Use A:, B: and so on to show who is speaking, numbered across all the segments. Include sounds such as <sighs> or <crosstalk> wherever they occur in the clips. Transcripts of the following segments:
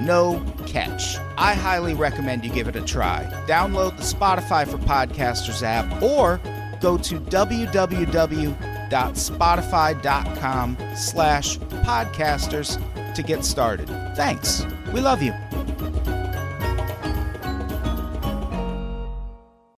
A: no catch. I highly recommend you give it a try. Download the Spotify for Podcasters app or go to www.spotify.com slash podcasters to get started. Thanks. We love you.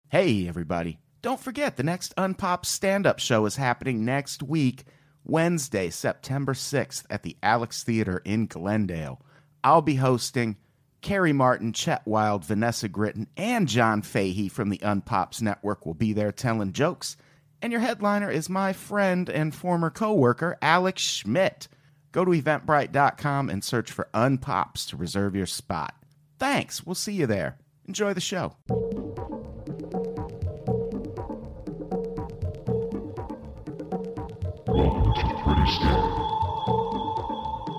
A: Hey, everybody. Don't forget, the next Unpop stand up show is happening next week, Wednesday, September 6th, at the Alex Theater in Glendale. I'll be hosting Carrie Martin, Chet Wild, Vanessa Gritton, and John Fahey from the Unpops Network will be there telling jokes. And your headliner is my friend and former coworker, Alex Schmidt. Go to eventbrite.com and search for Unpops to reserve your spot. Thanks. We'll see you there. Enjoy the show.
B: Welcome to the Pretty Scam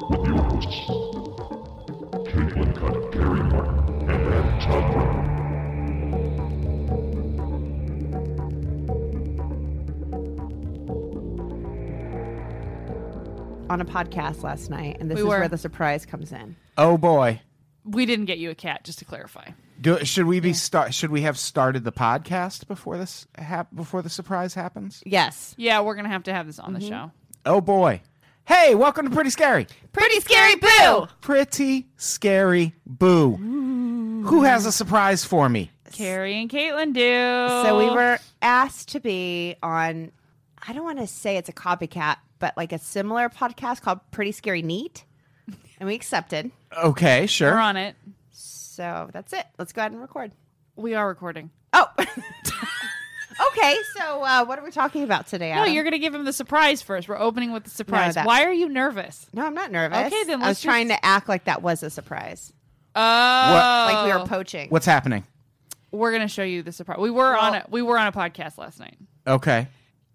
B: with your hosts, Caitlin Cutt, Gary Martin, and Adam Todd Brown.
C: on a podcast last night, and this
D: We
C: is
D: were.
C: where the surprise comes in.
A: Oh, boy.
D: We didn't get you a cat, just to clarify.
A: Do, should we be start? Should we have started the podcast before this hap- before the surprise happens?
C: Yes,
D: Yeah, we're gonna have to have this
C: Mm-hmm.
D: on the show.
A: Oh boy! Hey, welcome to Pretty Scary.
D: Pretty scary boo.
A: Pretty Scary Boo. Who has a surprise for me?
D: Carrie and Caitlin do.
C: so
D: Oh.
C: we were asked to be on. I don't want to say it's a copycat, but like a similar podcast called Pretty Scary Neat, and we accepted.
A: Okay,
D: We're
A: sure.
D: on it.
C: So that's it. Let's go ahead and record.
D: We are recording.
C: Oh, <laughs> okay. So uh, what are we talking about today?
D: No,
C: Adam?
D: you're gonna give him the surprise first. We're opening with the surprise.
C: that-
D: Why are you nervous?
C: No, I'm not nervous.
D: Okay, then
C: I was
D: let's
C: trying
D: just-
C: to act like that was a surprise,
D: Oh,
C: like we were poaching.
A: What's happening?
D: we're gonna show you the surprise. We were on a we were on a podcast last night,
A: Okay.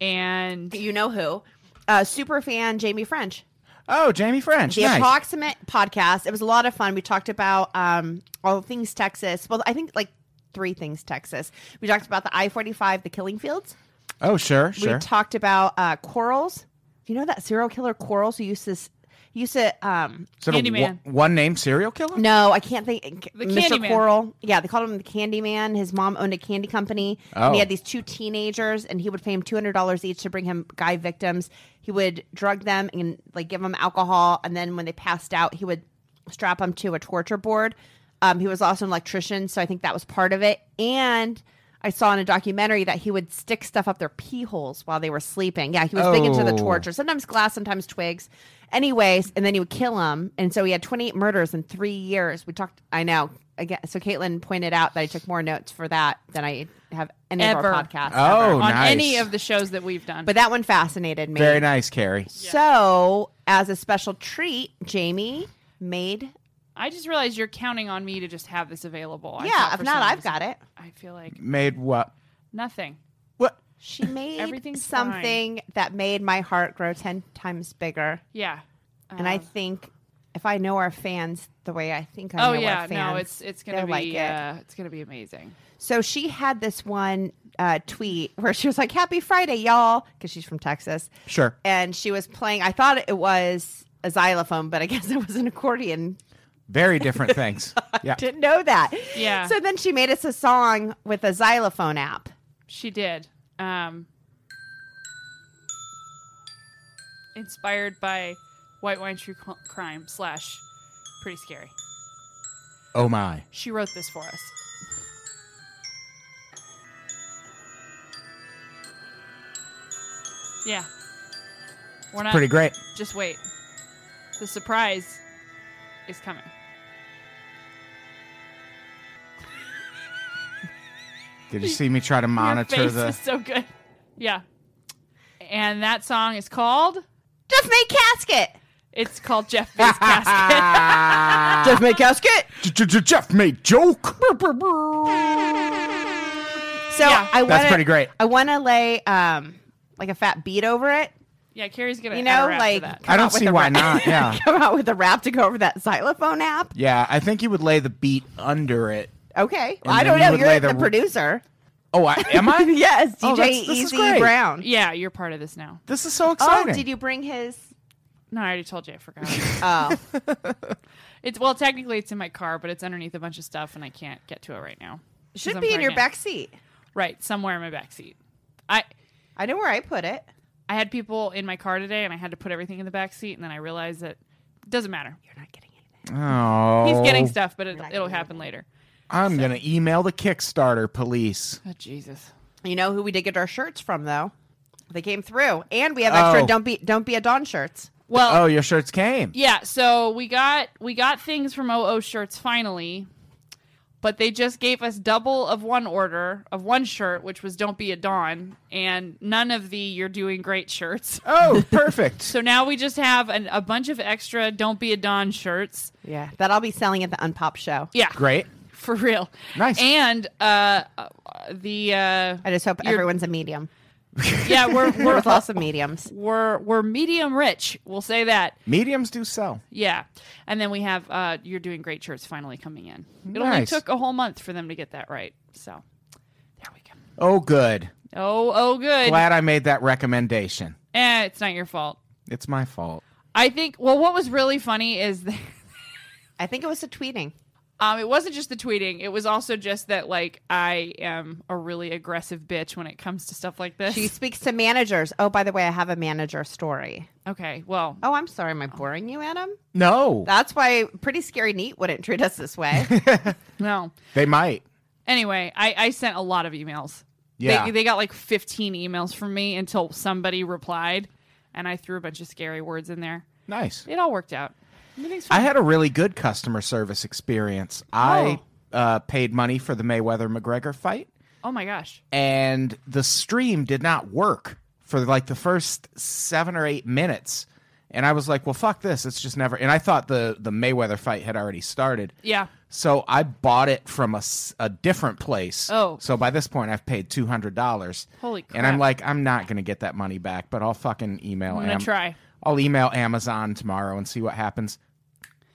D: and
C: you know who? Uh, super fan Jamie French.
A: Oh, Jamie French.
C: The
A: nice.
C: Approximate podcast. It was a lot of fun. We talked about um, all things Texas. Well, I think like three things Texas. We talked about the I 45, the killing fields.
A: oh, sure, sure.
C: We talked about uh, Quarles. Do you know that serial killer Quarles who used to, s- used to um,
A: Is it a
D: Candyman.
A: one name serial killer?
C: no, I can't think. uh,
D: The
C: Mr.
D: Candyman.
C: Quarrel. Yeah, they called him the Candy Man. His mom owned a candy company. And
A: Oh.
C: he had these two teenagers, and he would pay him two hundred dollars each to bring him guy victims. He would drug them and like give them alcohol, and then when they passed out, he would strap them to a torture board. Um, he was also an electrician, so I think that was part of it. And I saw in a documentary that he would stick stuff up their pee holes while they were sleeping. Yeah, he was big into the
A: Oh.
C: torture. Sometimes glass, sometimes twigs. Anyways, and then he would kill him. And so he had 28 murders in three years. We talked, I know. Again, so Caitlin pointed out that I took more notes for that than I have any
D: Ever.
C: of our podcasts.
A: Oh,
C: ever.
D: on
A: nice.
D: any of the shows that we've done,
C: But that one fascinated me.
A: Very nice, Carrie.
C: So, as a special treat, Jamie made.
D: I just realized you're counting on me to just have this available. I
C: yeah,
D: thought
C: if
D: for
C: not,
D: some
C: I've
D: reason-
C: got it.
D: I feel like
A: Made what?
D: nothing.
A: What?
C: She
D: <laughs>
C: made
D: Everything's
C: something that made my heart grow 10 times bigger.
D: Yeah,
C: And I
D: Um,
C: think if I know our fans the way I think I
D: Oh
C: know
D: yeah,
C: our fans,
D: no, it's it's gonna
C: they'll
D: be
C: like it.
D: uh, it's gonna be amazing.
C: So she had this one uh, tweet where she was like, "Happy Friday, y'all," because she's from Texas,
A: Sure.
C: and she was playing. I thought it was a xylophone, but I <laughs> guess it was an accordion.
A: Very different
D: <laughs>
A: things. Yeah.
C: Didn't know that.
D: Yeah.
C: So then she made us a song with a xylophone app.
D: She did. Um, inspired by White Wine True Cl- Crime slash Pretty Scary.
A: Oh my.
D: She wrote this for us. Yeah. We're not
A: Pretty great.
D: just wait. The surprise is coming.
A: Did you see me try to monitor
D: Your face
A: the
D: is so good. Yeah. And that song is called
C: Jeff May Casket.
D: it's called Jeff Face
A: <laughs>
D: Casket.
C: Jeff May Casket.
A: Jeff made joke?
C: So
D: Yeah.
C: I want
A: That's pretty great.
C: I want to lay um like a fat beat over it.
D: yeah, Carrie's gonna
C: You
D: add a
C: know,
D: rap to
C: like
D: that.
C: come
A: I don't
C: out with
A: see
C: a
A: why
C: rap-
A: not, yeah.
C: <laughs> come out with a rap to go over that xylophone app.
A: Yeah, I think you would lay the beat under it.
C: Okay,
A: And
C: I
A: then
C: don't
A: you
C: know.
A: would
C: You're
A: lay
C: like the,
A: the-
C: producer.
A: Oh, I, am I?
C: <laughs> yes,
A: Oh,
C: DJ
A: that's- this is
C: Easy
A: great.
C: Brown.
D: Yeah, you're part of this now.
A: This is so
C: Oh,
A: exciting.
C: did you bring
A: <laughs>
C: his?
D: No, I already told you I forgot.
C: <laughs> Oh,
D: it's well technically it's in my car, but it's underneath a bunch of stuff and I can't get to it right now. 'Cause
C: should
D: I'm
C: be in your
D: pregnant.
C: back seat.
D: Right, somewhere in my back seat. I
C: I know where I put it.
D: I had people in my car today and I had to put everything in the back seat and then I realized that it doesn't matter.
C: You're not getting anything.
A: Oh,
D: He's getting stuff, but it,
C: not
D: it'll
C: getting
D: happen later.
A: I'm gonna email the Kickstarter police.
D: Oh, Jesus.
C: You know who we did get our shirts from though? They came through, and we have extra
A: Oh.
C: "Don't Be Don't Be a Don" shirts.
D: Well,
A: oh, your shirts came.
D: yeah, so we got we got things from OO shirts finally, but they just gave us double of one order of one shirt, which was "Don't be a Don," and none of the "You're doing great" shirts. <laughs>
A: Oh,
C: <laughs>
A: perfect.
D: So now we just have an, a bunch of extra "Don't be a Don" shirts.
C: Yeah, that I'll be selling at the Unpop show.
D: Yeah,
A: Great.
D: for real.
A: Nice.
D: And uh, uh, the uh,
C: I just hope
D: You're-
C: everyone's
A: <laughs>
C: a medium.
D: yeah, we're
C: We're
D: we're
C: with lots of mediums.
D: we're we're medium rich. We'll say that.
A: Mediums do sell.
D: Yeah. And then we have uh you're doing great shirts finally coming in. It only
A: Nice.
D: took a whole month for them to get that right. So there we go.
A: Oh, good.
D: Oh, oh good.
A: Glad I made that recommendation.
D: Eh, it's not your fault.
A: It's my fault.
D: I think well what was really funny is <laughs> that
C: I think it was the tweeting.
D: um it wasn't just the tweeting, it was also just that like I am a really aggressive bitch when it comes to stuff like this.
C: She speaks to managers. Oh, by the way, I have a manager story.
D: Okay, well
C: Oh, I'm sorry. Am I boring you, Adam?
A: No,
C: That's why Pretty Scary Neat wouldn't treat us
A: <laughs>
C: this way.
D: no.
A: they might.
D: Anyway, I, I sent a lot of emails.
A: Yeah.
D: They, they got like 15 emails from me until somebody replied, and I threw a bunch of scary words in there.
A: Nice.
D: It all worked out. Everything's
A: I
D: fine.
A: had a really good customer service experience. I uh, paid money for the Mayweather McGregor fight,
D: oh my gosh.
A: and the stream did not work for like the first seven or eight minutes. And I was like, well, fuck this. It's just never. And I thought the, the Mayweather fight had already started.
D: Yeah.
A: So I bought it from a, s- a different place.
D: Oh.
A: So by this point, I've paid $200.
D: Holy
A: And I'm
D: crap.
A: like, I'm not going to get that money back, but I'll fucking email
D: I'm gonna try.
A: I'll email Amazon tomorrow and see what happens.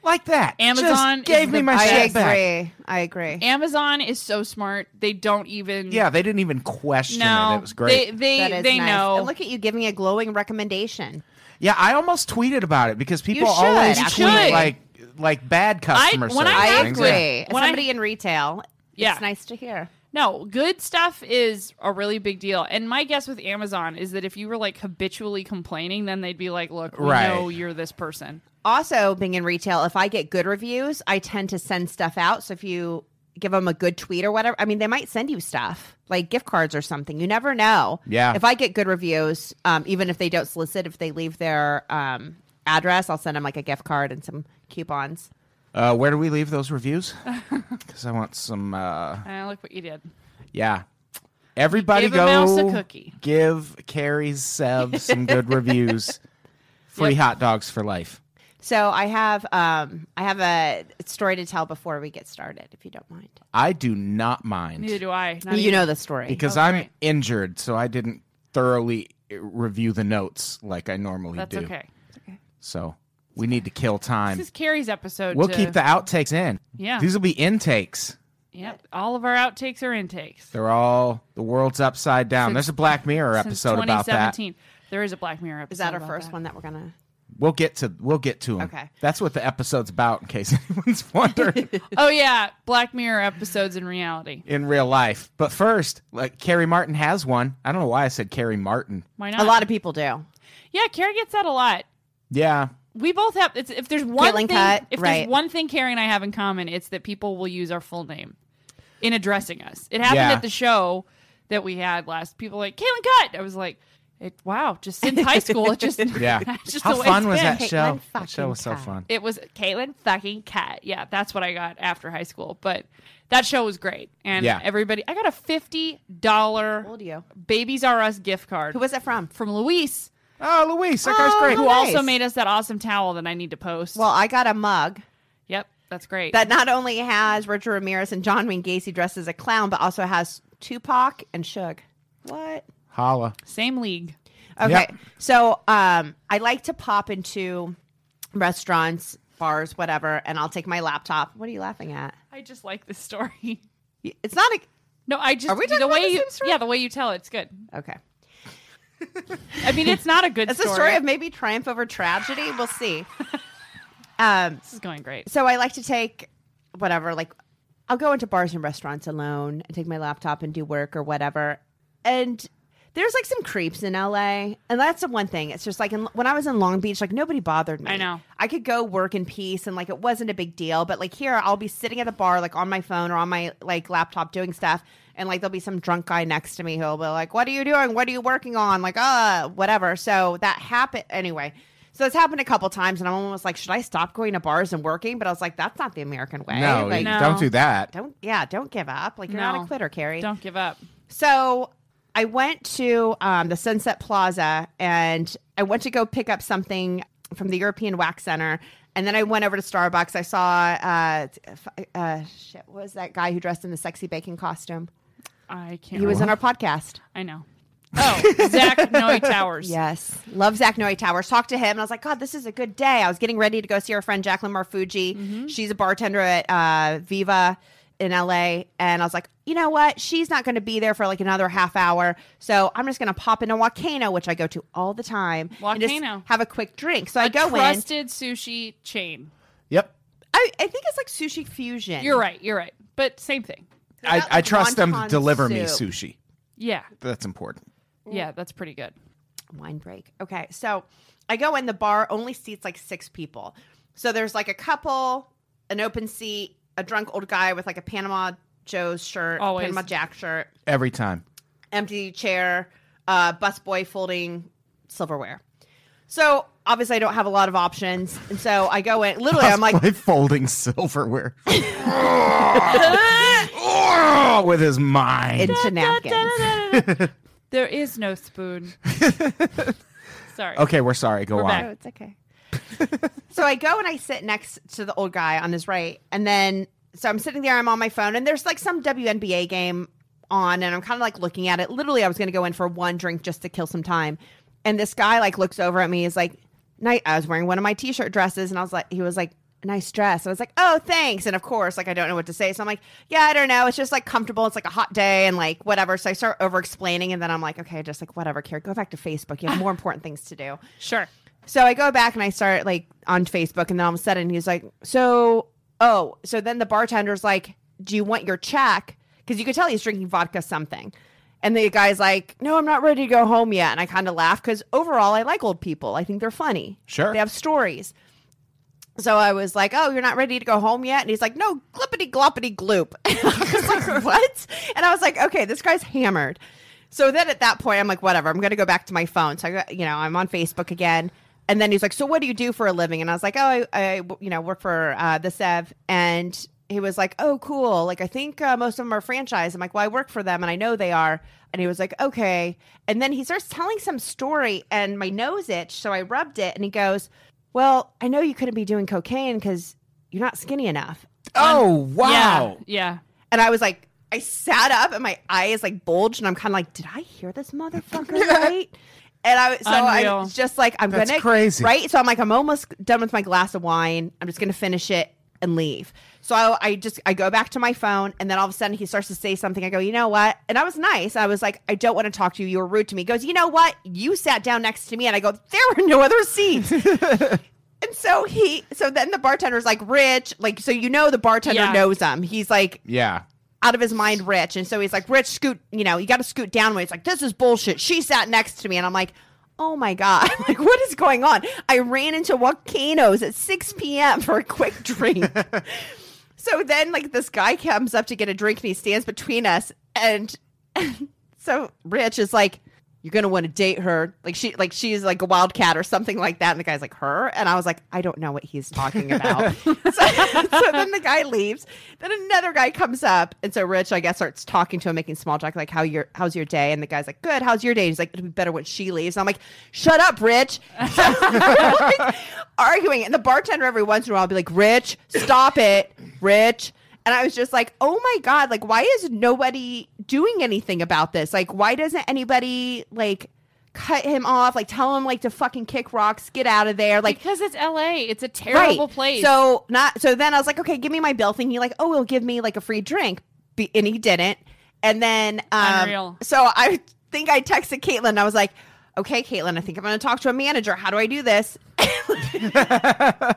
A: Like that.
D: Amazon
A: Just gave
D: is
A: me
D: the
A: my
C: I
A: shit
D: best.
A: back.
C: agree. I agree.
D: Amazon is so smart. They don't even.
A: Yeah, they didn't even question
D: No.
A: it. It was great.
D: They
C: That
D: they,
C: is
D: they
C: nice.
D: know.
C: And look at you giving a glowing recommendation.
A: yeah, I almost tweeted about it because people
C: should,
A: always
C: actually.
A: tweet like like bad customer
D: when
A: service.
D: I
C: I
D: have
A: things.
C: agree.
A: Yeah.
C: As
D: When I-
C: somebody in retail,
D: Yeah.
C: it's nice to hear.
D: No, good stuff is a really big deal. And my guess with Amazon is that if you were like habitually complaining, then they'd be like, "Look, we
A: Right.
D: know you're this person."
C: Also, being in retail, if I get good reviews, I tend to send stuff out. So if you give them a good tweet or whatever, I mean, they might send you stuff like gift cards or something. You never know.
A: Yeah.
C: If I get good reviews, um, even if they don't solicit, if they leave their um, address, I'll send them like a gift card and some coupons.
A: Uh, where do we leave those
D: <laughs>
A: reviews? Because I want some. Uh,
D: Uh, look what you did.
A: yeah, everybody
D: Give a
A: go
D: mouse a cookie.
A: give Carrie's Sev some
D: <laughs>
A: good reviews. Free
D: Yep.
A: hot dogs for life.
C: So I have um, I have a story to tell before we get started, if you don't mind.
A: I do not mind.
D: Neither do I. Not
C: You
D: even-
C: know the story.
A: because
D: Oh,
A: I'm
D: great.
A: injured, so I didn't thoroughly review the notes like I normally
D: that's
A: do.
D: okay.
A: So we need to kill
D: This
A: time.
D: is Carrie's episode.
A: We'll
D: to-
A: keep the outtakes in.
D: Yeah.
A: These will be intakes.
D: Yep. All of our outtakes are intakes.
A: They're all the world's upside down.
D: Since-
A: There's a Black Mirror
D: Since
A: episode about that.
D: 2017. There is a Black Mirror episode.
C: Is that our
D: about
C: first one that we're gonna?
E: We'll get to we'll get to them.
C: Okay.
E: That's what the episode's about in
A: <laughs>
E: case anyone's wondering
D: <laughs> Oh yeah, Black Mirror episodes in reality.
E: in real life. But first, like Carrie Martin has one. I don't know why I said Carrie Martin.
D: Why not?
C: A lot of people do.
D: Yeah, Carrie gets that a lot.
E: Yeah.
D: We both have. It's, if there's one
C: Caitlin
D: thing,
C: Cutt,
D: if
C: right.
D: there's one thing Carrie and I have in common, it's that people will use our full name in addressing us. It happened
E: Yeah.
D: at the show that we had last. People were like Caitlin Cut. I was like, it, wow, just since
C: <laughs>
D: high school, it just <laughs>
E: Yeah.
D: it's just
E: How
D: the way
E: fun
D: it's
E: was
D: been.
E: that
C: Caitlin
E: show? That show
C: fucking
E: was so
C: Cat.
E: fun.
D: It was Caitlin fucking Cat. Yeah, that's what I got after high school. But that show was great, and
E: Yeah.
D: everybody, I got a fifty dollar
C: Old you.
D: Babies R Us gift card
C: Who was that from?
D: from Luis,
E: Oh, Luis, that guy's
C: Oh,
E: great.
D: who
C: nice.
D: also made us that awesome towel that I need to post.
C: Well, I got a mug
D: yep, that's great.
C: that not only has Richard Ramirez and John Wayne Gacy dressed as a clown, but also has Tupac and Suge. What?
E: Holla.
D: Same league.
C: Okay.
E: Yep.
C: So um, I like to pop into restaurants, bars, whatever, and I'll take my laptop. What are you laughing at?
D: I just like this story. <laughs>
C: Y- It's not a.
D: No, I just
C: Are we
D: the
C: talking
D: way
C: about the
D: you
C: same story?
D: yeah the way you tell it, it's good.
C: Okay.
D: I mean, it's not a
C: <laughs>
D: good.
C: It's
D: story.
C: a story of maybe triumph over tragedy. We'll see. um,
D: This is going great.
C: so I like to take whatever, like I'll go into bars and restaurants alone and take my laptop and do work or whatever. And there's like some creeps in LA, and that's the one thing. It's just like in, when I was in Long Beach, like nobody bothered me.
D: I know.
C: I could go work in peace, and like it wasn't a big deal. But like here, I'll be sitting at a bar, like on my phone or on my like laptop, doing stuff, and like there'll be some drunk guy next to me who'll be like, "What are you doing? What are you working on?" Like, uh, whatever. So that happened anyway. So it's happened a couple times, and I'm almost like, should I stop going to bars and working? But I was like, that's not the American way.
E: No,
C: like,
D: No.
E: don't do that.
C: don't yeah don't give up like you're not
D: No.
C: a quitter carrie
D: Don't give up.
C: so i went to um, the sunset plaza and i went to go pick up something from the european wax center and then i went over to starbucks i saw uh, t- f- uh shit what was that guy who dressed in the sexy bacon costume
D: I can't.
C: he was
D: remember.
C: on our podcast
D: I know. Oh,
C: <laughs>
D: Zach Noe Towers.
C: Yes. Love Zach Noy Towers. Talked to him and I was like, God, this is a good day. I was getting ready to go see our friend Jacqueline Marfuji.
D: Mm-hmm.
C: She's a bartender at uh, Viva in LA. And I was like, you know what? She's not going to be there for like another half hour. So I'm just going to pop into Wakano, which I go to all the time. and just
D: Wakano.
C: have a quick drink. So I
D: A
C: go in.
D: trusted sushi chain.
E: Yep.
C: I, I think it's like sushi fusion.
D: You're right. You're right. But same thing.
E: I,
C: got,
E: I
C: like,
E: trust them to
C: wonton
E: deliver me
C: soup.
E: sushi.
D: Yeah.
E: That's important.
D: Yeah. That's pretty good.
C: wine break. Okay, so I go in. The bar only seats like six people. So there's like a couple, an open seat, a drunk old guy with like a Panama Joe's shirt,
D: Always.
C: Panama Jack shirt,
E: Every time.
C: empty chair, uh, busboy folding silverware. So obviously, I don't have a lot of options, and so I go in. Literally,
E: <laughs>
C: I'm like,
E: By folding
C: <laughs>
E: silverware. <laughs> Oh, With his mind.
C: into napkins.
D: <laughs> there is
C: <laughs>
D: no spoon. Sorry.
E: Okay, we're sorry. Go
D: We're
E: on.
D: back.
C: Oh, it's okay. <laughs> so I go and I sit next to the old guy on his right, and then so I'm sitting there, I'm on my phone, and there's like some WNBA game on, and I'm kind of like looking at it. Literally, I was gonna go in for one drink just to kill some time, and this guy like looks over at me, is like, "Night." I was wearing one of my t-shirt dresses, and I was like, he was like. Nice dress. I was like, oh, thanks. And of course, like, I don't know what to say. So I'm like, yeah, I don't know. It's just like comfortable. It's like a hot day and like whatever. So I start over explaining. And then I'm like, okay, just like whatever, Kara, go back to Facebook. You have more important things to do.
D: Sure.
C: So I go back and I start like on Facebook, and then all of a sudden he's like, "So, oh, so then the bartender's like, do you want your check?" Because you could tell he's drinking vodka something, and the guy's like, "No, I'm not ready to go home yet." And I kind of laugh because overall, I like old people. I think they're funny.
E: Sure.
C: they have stories. So I was like, "Oh, you're not ready to go home yet?" And he's like, "No, glippity gloppity gloop." <laughs> And I was like, "What?" And I was like, "Okay, this guy's hammered." So then at that point, I'm like, "Whatever, I'm going to go back to my phone." So I, go, you know, I'm on Facebook again. And then he's like, "So what do you do for a living?" And I was like, "Oh, I, I you know, work for uh, the Sev." And he was like, "Oh, cool. Like I think uh, most of them are franchise." I'm like, "Well, I work for them, and I know they are." And he was like, "Okay." And then he starts telling some story, and my nose itched, so I rubbed it, and he goes. Well, I know you couldn't be doing cocaine because you're not skinny enough.
E: Oh, wow.
D: Yeah.
C: And I was like, I sat up and my eyes like bulged, and I'm kind of like, did I hear
E: <laughs>
C: this motherfucker right? And I so I
D: Unreal.
C: was just like, I'm
E: That's
C: gonna
E: crazy.
C: right. So I'm like, I'm almost done with my glass of wine. I'm just gonna finish it. and leave. So I, I just I go back to my phone, and then all of a sudden he starts to say something. I go, you know what? And I was nice. I was like, I don't want to talk to you. You were rude to me. He goes, you know what? You sat down next to me, and I go, there were no
E: <laughs>
C: other seats. And so he, so then the bartender's like, Rich, like, so you know the bartender
D: Yeah.
C: knows him. He's like
E: Yeah.
C: out of his mind rich. And so he's like, Rich, scoot, you know, you got to scoot down. He's like, this is bullshit. She sat next to me. And I'm like, oh my God, <laughs> like, what is going on? I ran into volcanoes at 6 p.m. for a quick <laughs> drink. so then, like, this guy comes up to get a drink and he stands between us. And so Rich is like, you're gonna want to date her, like she, like she's like a wildcat or something like that. And the guy's like, her, and I was like, I don't know what he's talking about. <laughs> so, so then the guy leaves. Then another guy comes up, and so Rich, I guess, starts talking to him, making small talk, like how your, how's your day? And the guy's like, good. How's your day? He's like, it'll be better when she leaves. And I'm like, shut up, Rich. So we're, like, <laughs> arguing, and the bartender every once in a while will be like, Rich, stop it, Rich. And I was just like, oh my God, like, why is nobody doing anything about this? Like, why doesn't anybody, like, cut him off? Like, tell him, like, to fucking kick rocks, get out of there. Like,
D: because it's L.A. It's a terrible place.
C: So, not, so then I was like, okay, give me my bill thing. He, like, oh, he'll give me, like, a free drink. Be- and he didn't. And then, um,
D: Unreal.
C: so I think I texted Caitlin. I was like, okay, Caitlin, I think I'm going to talk to a manager. How do I do this? <laughs> I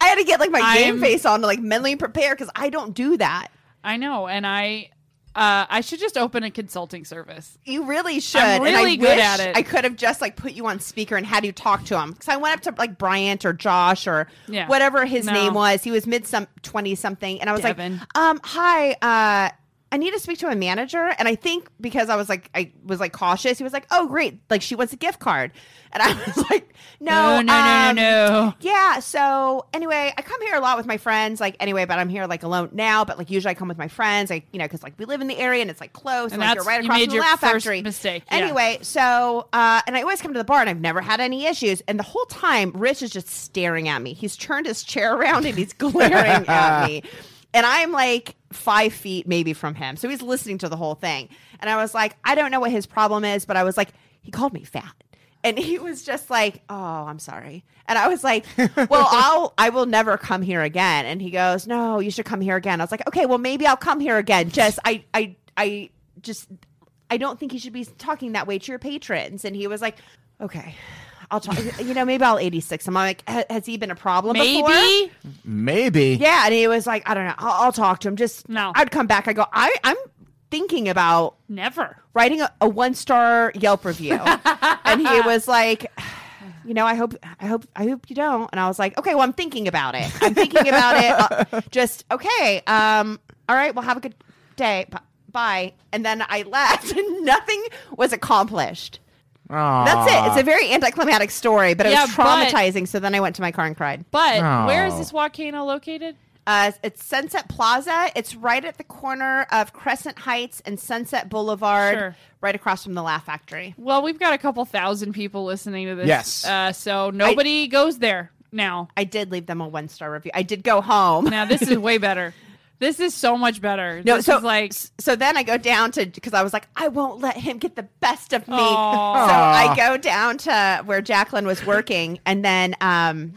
C: had to get, like, my game
D: I'm-
C: face on to, like, mentally prepare because I don't do that.
D: I know, and I uh, I should just open a consulting service.
C: You really should.
D: really
C: and I
D: good
C: wish
D: at it.
C: I could have just like put you on speaker and had you talk to him because I went up to like Bryant or Josh or
D: Yeah.
C: whatever his
D: No.
C: name was. He was mid some twenty something, and I was
D: Devin.
C: like, um, "Hi, uh, I need to speak to a manager." And I think because I was like, I was like cautious. He was like, "Oh, great! Like she wants a gift card," and I <laughs> was like, "No,
D: no, no,
C: um,
D: no, no.
C: yeah. So anyway, I come here a lot with my friends. Like anyway, but I'm here like alone now. But like usually I come with my friends. Like you know, because like we live in the area and it's like close. And,
D: And
C: like you're
D: that's-
C: right
D: you
C: across
D: made
C: from
D: your
C: the Laugh
D: first
C: Factory.
D: mistake, yeah.
C: Anyway, so uh, and I always come to the bar and I've never had any issues. And the whole time, Rich is just staring at me. He's turned his chair around and he's glaring at me. And I'm like five feet maybe from him. So he's listening to the whole thing. And I was like, I don't know what his problem is, but I was like, he called me fat. And he was just like, "Oh, I'm sorry." And I was like, "Well, I'll I will never come here again." And he goes, "No, you should come here again." I was like, "Okay, well, maybe I'll come here again." Just I I I just I don't think you should be talking that way to your patrons. And he was like, "Okay, I'll talk. <laughs> You know, maybe I'll 86." I'm like, "Ha- "Has he been a problem before?"
D: Maybe
E: Maybe.
C: Yeah, and he was like, "I don't know. I'll, I'll talk to him. Just
D: No.
C: I'd come back. I go, I I'm thinking about
D: never.
C: writing a, a one star Yelp review, and he
D: <laughs>
C: was like, "You know, I hope, I hope, I hope you don't." And I was like, "Okay, well, I'm thinking about it. I'm thinking about it.
D: <laughs>
C: Uh, just okay. Um, all right. Well, have a good day. B- bye." And then I left, <laughs> and nothing was accomplished.
E: Aw.
C: That's it. It's a very anticlimactic story, but it
D: Yeah,
C: was
D: but-
C: traumatizing. So then I went to my car and cried.
D: But
E: Oh.
D: where is this volcano located?
C: Uh, it's Sunset Plaza. It's right at the corner of Crescent Heights and Sunset Boulevard,
D: Sure.
C: right across from the Laugh Factory.
D: Well, we've got a couple thousand people listening to this.
E: Yes.
D: Uh, so nobody goes there now.
C: I did leave them a one star review. I did go home.
D: Now this is
C: <laughs>
D: way better. This is so much better.
C: No,
D: this
C: so
D: is like
C: so then I go down to because I was like, I won't let him get the best of me.
D: Aw.
C: So I go down to where Jacqueline was working, and then um,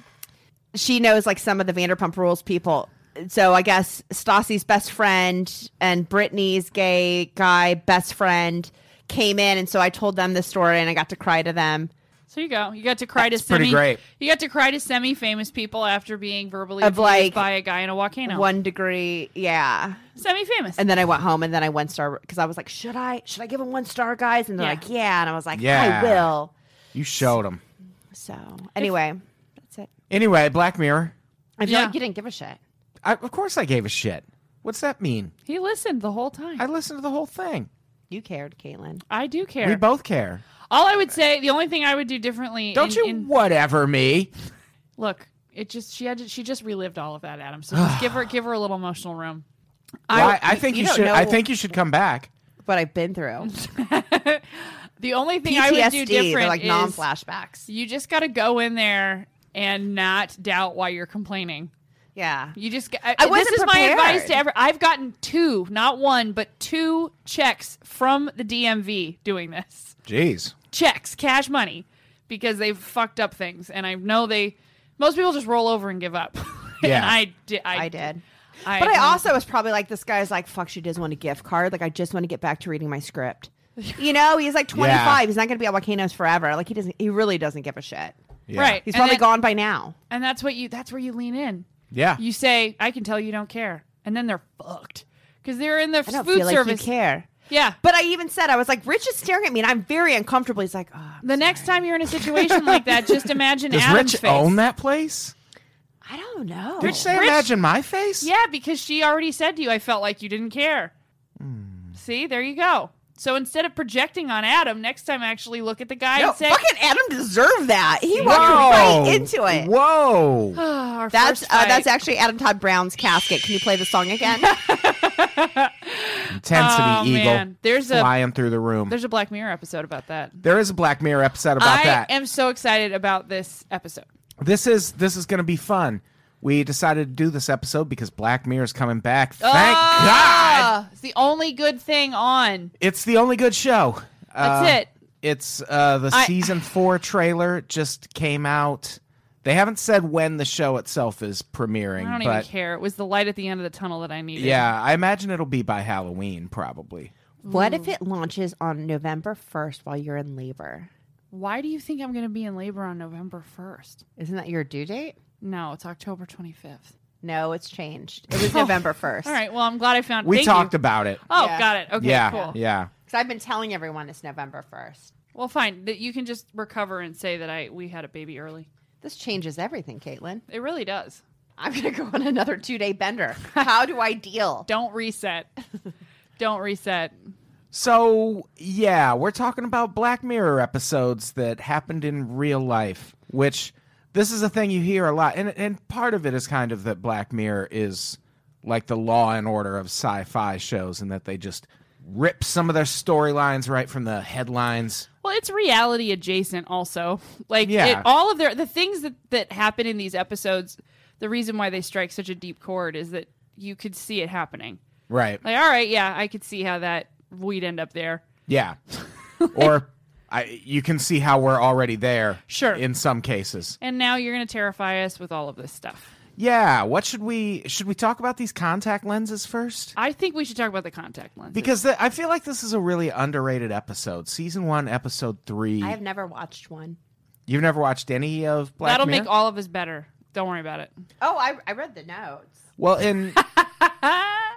C: she knows like some of the Vanderpump Rules people. So I guess Stassi's best friend and Brittany's gay guy best friend came in, and so I told them the story, and I got to cry to them.
D: so you go. You got to cry to
E: pretty
D: semi.
E: great.
D: You got to cry to semi famous people after being verbally
C: Of,
D: abused
C: like,
D: by a guy in a volcano.
C: One degree, yeah.
D: semi famous.
C: And then I went home, and then I one star because I was like, "Should I? Should I give him one star, guys?" And they're
D: Yeah.
C: like, "Yeah," and I was like,
E: Yeah.
C: "I will."
E: You showed him.
C: So anyway, that's it.
E: Anyway, Black Mirror.
C: I feel
D: Yeah.
C: like you didn't give a shit.
E: I, of course I gave a shit. What's that mean?
D: He listened the whole time.
E: I
D: I,
E: listened to the whole thing.
C: You cared, Caitlin.
D: do care.
E: We both care.
D: All I would say, the only thing I would do differently.
E: Don't
D: in-
E: you
D: in-
E: whatever me.
D: look? It just she had to, she just relived all of that, Adam.
E: <sighs>
D: So just give her give her a little emotional room.
E: Why- I, think
C: you
E: you,
C: don't
E: should.
C: know-
E: I think you should come back.
C: What I've been through.
D: The only thing <laughs> I would do
C: PTSD.
D: different
C: They're like
D: is
C: non flashbacks.
D: you just got to go in there and not doubt why you're complaining.
C: Yeah.
D: You just g- I,
C: I
D: this
C: wasn't
D: is my advice
C: prepared.
D: to ever. I've gotten two, not one, but two checks from the DMV doing this.
E: Jeez.
D: Checks, cash money, because they've fucked up <laughs> things, and I know they. Most people just roll over and give up.
E: Yeah.
D: and I did. I,
C: I did.
D: I
C: but I also was probably like, this guy's like, fuck, she does want a gift card. Like, I just want to get back to reading my
D: <laughs>
C: script. You know, he's like 25. He's not going to be at Volcanoes forever. Like, he doesn't, he really doesn't give a shit.
E: Yeah.
D: right.
C: He's
D: and
C: probably
D: that-
C: gone by now.
D: And that's what you. That's where you lean in.
E: Yeah.
D: You say, "I can tell you don't care," and then they're fucked because they're in the
C: I don't
D: food
C: feel
D: service.
C: like you care.
D: Yeah.
C: But I even said, I was like, Rich is staring at me and I'm very uncomfortable. He's like, oh,
D: The next time you're in a situation like that, just imagine
A: <laughs> Does
D: Adam's
A: Rich
D: face.
A: own that place?
C: I don't know.
A: Did you say imagine my face?
D: Yeah, because she already said to you, I felt like you didn't care.
A: Hmm.
D: See, there you go. So instead of projecting on Adam, next time actually look at the guy
C: no,
D: and say,
C: fucking Adam deserved that. He walked
A: Whoa.
C: right into it.
D: <gasps>
A: Whoa.
D: "Ah, our
C: That's
D: first
C: uh, that's
D: fight."
C: actually Adam Todd Brown's casket. Can you play the song
D: <laughs>
C: again?
A: Intensity
D: Oh,
A: eagle
D: man. There's a-
A: flying through the room.
D: There's a Black Mirror episode about that.
A: There is a Black Mirror episode about
D: I
A: that.
D: am so excited about this episode.
A: this is this is going to be fun. We decided to do this episode because Black Mirror is coming back. Thank God.
D: Ah, It's the only good thing on.
A: It's the only good show.
D: That's
A: Uh,
D: it.
A: It's uh, the
D: I-
A: season four trailer just came out. They haven't said when the show itself is premiering,
D: I don't
A: but
D: even care. It was the light at the end of the tunnel that I needed.
A: yeah, I imagine it'll be by Halloween probably.
C: what if it launches on November 1st while you're in labor?
D: Why do you think I'm going to be in labor on November 1st?
C: Isn't that your due date?
D: No, it's October 25th.
C: No, it's changed. It was
D: <laughs>
C: November 1st.
D: Oh. All right. Well, I'm glad I found.
A: We
D: thank
A: talked
D: You.
A: about it.
D: Oh,
C: Yeah.
D: got it. Okay.
A: yeah,
D: Cool.
A: yeah.
C: Because I've been telling everyone it's November 1st.
D: Well, fine. That you can just recover and say that I we had a baby early.
C: This changes everything, Caitlin.
D: It really does.
C: I'm going to go on another two day
D: <laughs>
C: bender. How do I deal?
D: Don't reset. <laughs> Don't reset.
A: So, yeah, we're talking about Black Mirror episodes that happened in real life, which this is a thing you hear a lot. And and part of it is kind of that Black Mirror is like the law and order of sci-fi shows and that they just rip some of their storylines right from the headlines.
D: Well, it's reality adjacent also. Like
A: Yeah.
D: it, all of their the things that that happen in these episodes, the reason why they strike such a deep chord is that you could see it happening.
A: Right.
D: Like, all right, yeah, I could see how that we'd end up there.
A: Yeah. or I, you can see how we're already there
D: Sure.
A: in some cases.
D: And now you're going to terrify us with all of this stuff.
A: Yeah, what should we should we talk about these contact lenses first?
D: I think we should talk about the contact lenses.
A: Because the, I feel like this is a really underrated episode. Season one, episode three.
C: I have never watched one.
A: You've never watched any of Black
D: that'll
A: Mirror?
D: make all of us better. Don't worry about it.
C: Oh, I, I read the notes.
A: well,
D: <laughs>
A: in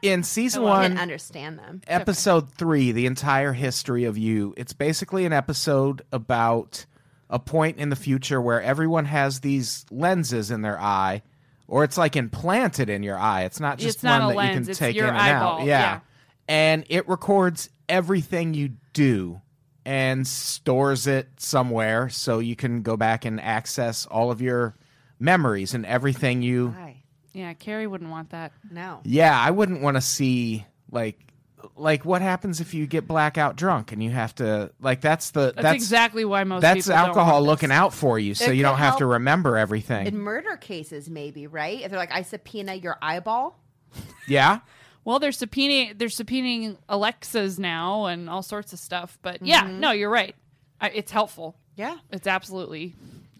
A: in season
C: I
A: one,
C: didn't understand them.
A: episode three, the entire history of you. It's basically an episode about a point in the future where everyone has these lenses in their eye, or it's like implanted in your eye. It's not just
D: It's
A: one
D: not a
A: that you
D: lens,
A: can
D: it's
A: take
D: your
A: in and out.
D: eyeball, yeah.
A: and it records everything you do and stores it somewhere so you can go back and access all of your memories and everything you
C: Why?
D: Yeah, Carrie wouldn't want that.
C: No.
A: yeah, I wouldn't want to see like like what happens if you get blackout drunk and you have to like that's the
D: That's,
A: that's
D: exactly why most
A: that's
D: people
A: alcohol
D: don't want
A: looking out for you so
C: It
A: you don't
C: could
A: have to
C: help.
A: remember everything.
C: In murder cases, maybe, right? If they're like, I subpoena your eyeball.
A: yeah.
D: This. Well, they're subpoenaing they're subpoenaing Alexas now and all sorts of stuff. But yeah,
C: Mm-hmm.
D: no, you're right. I, it's helpful.
C: Yeah.
D: It's absolutely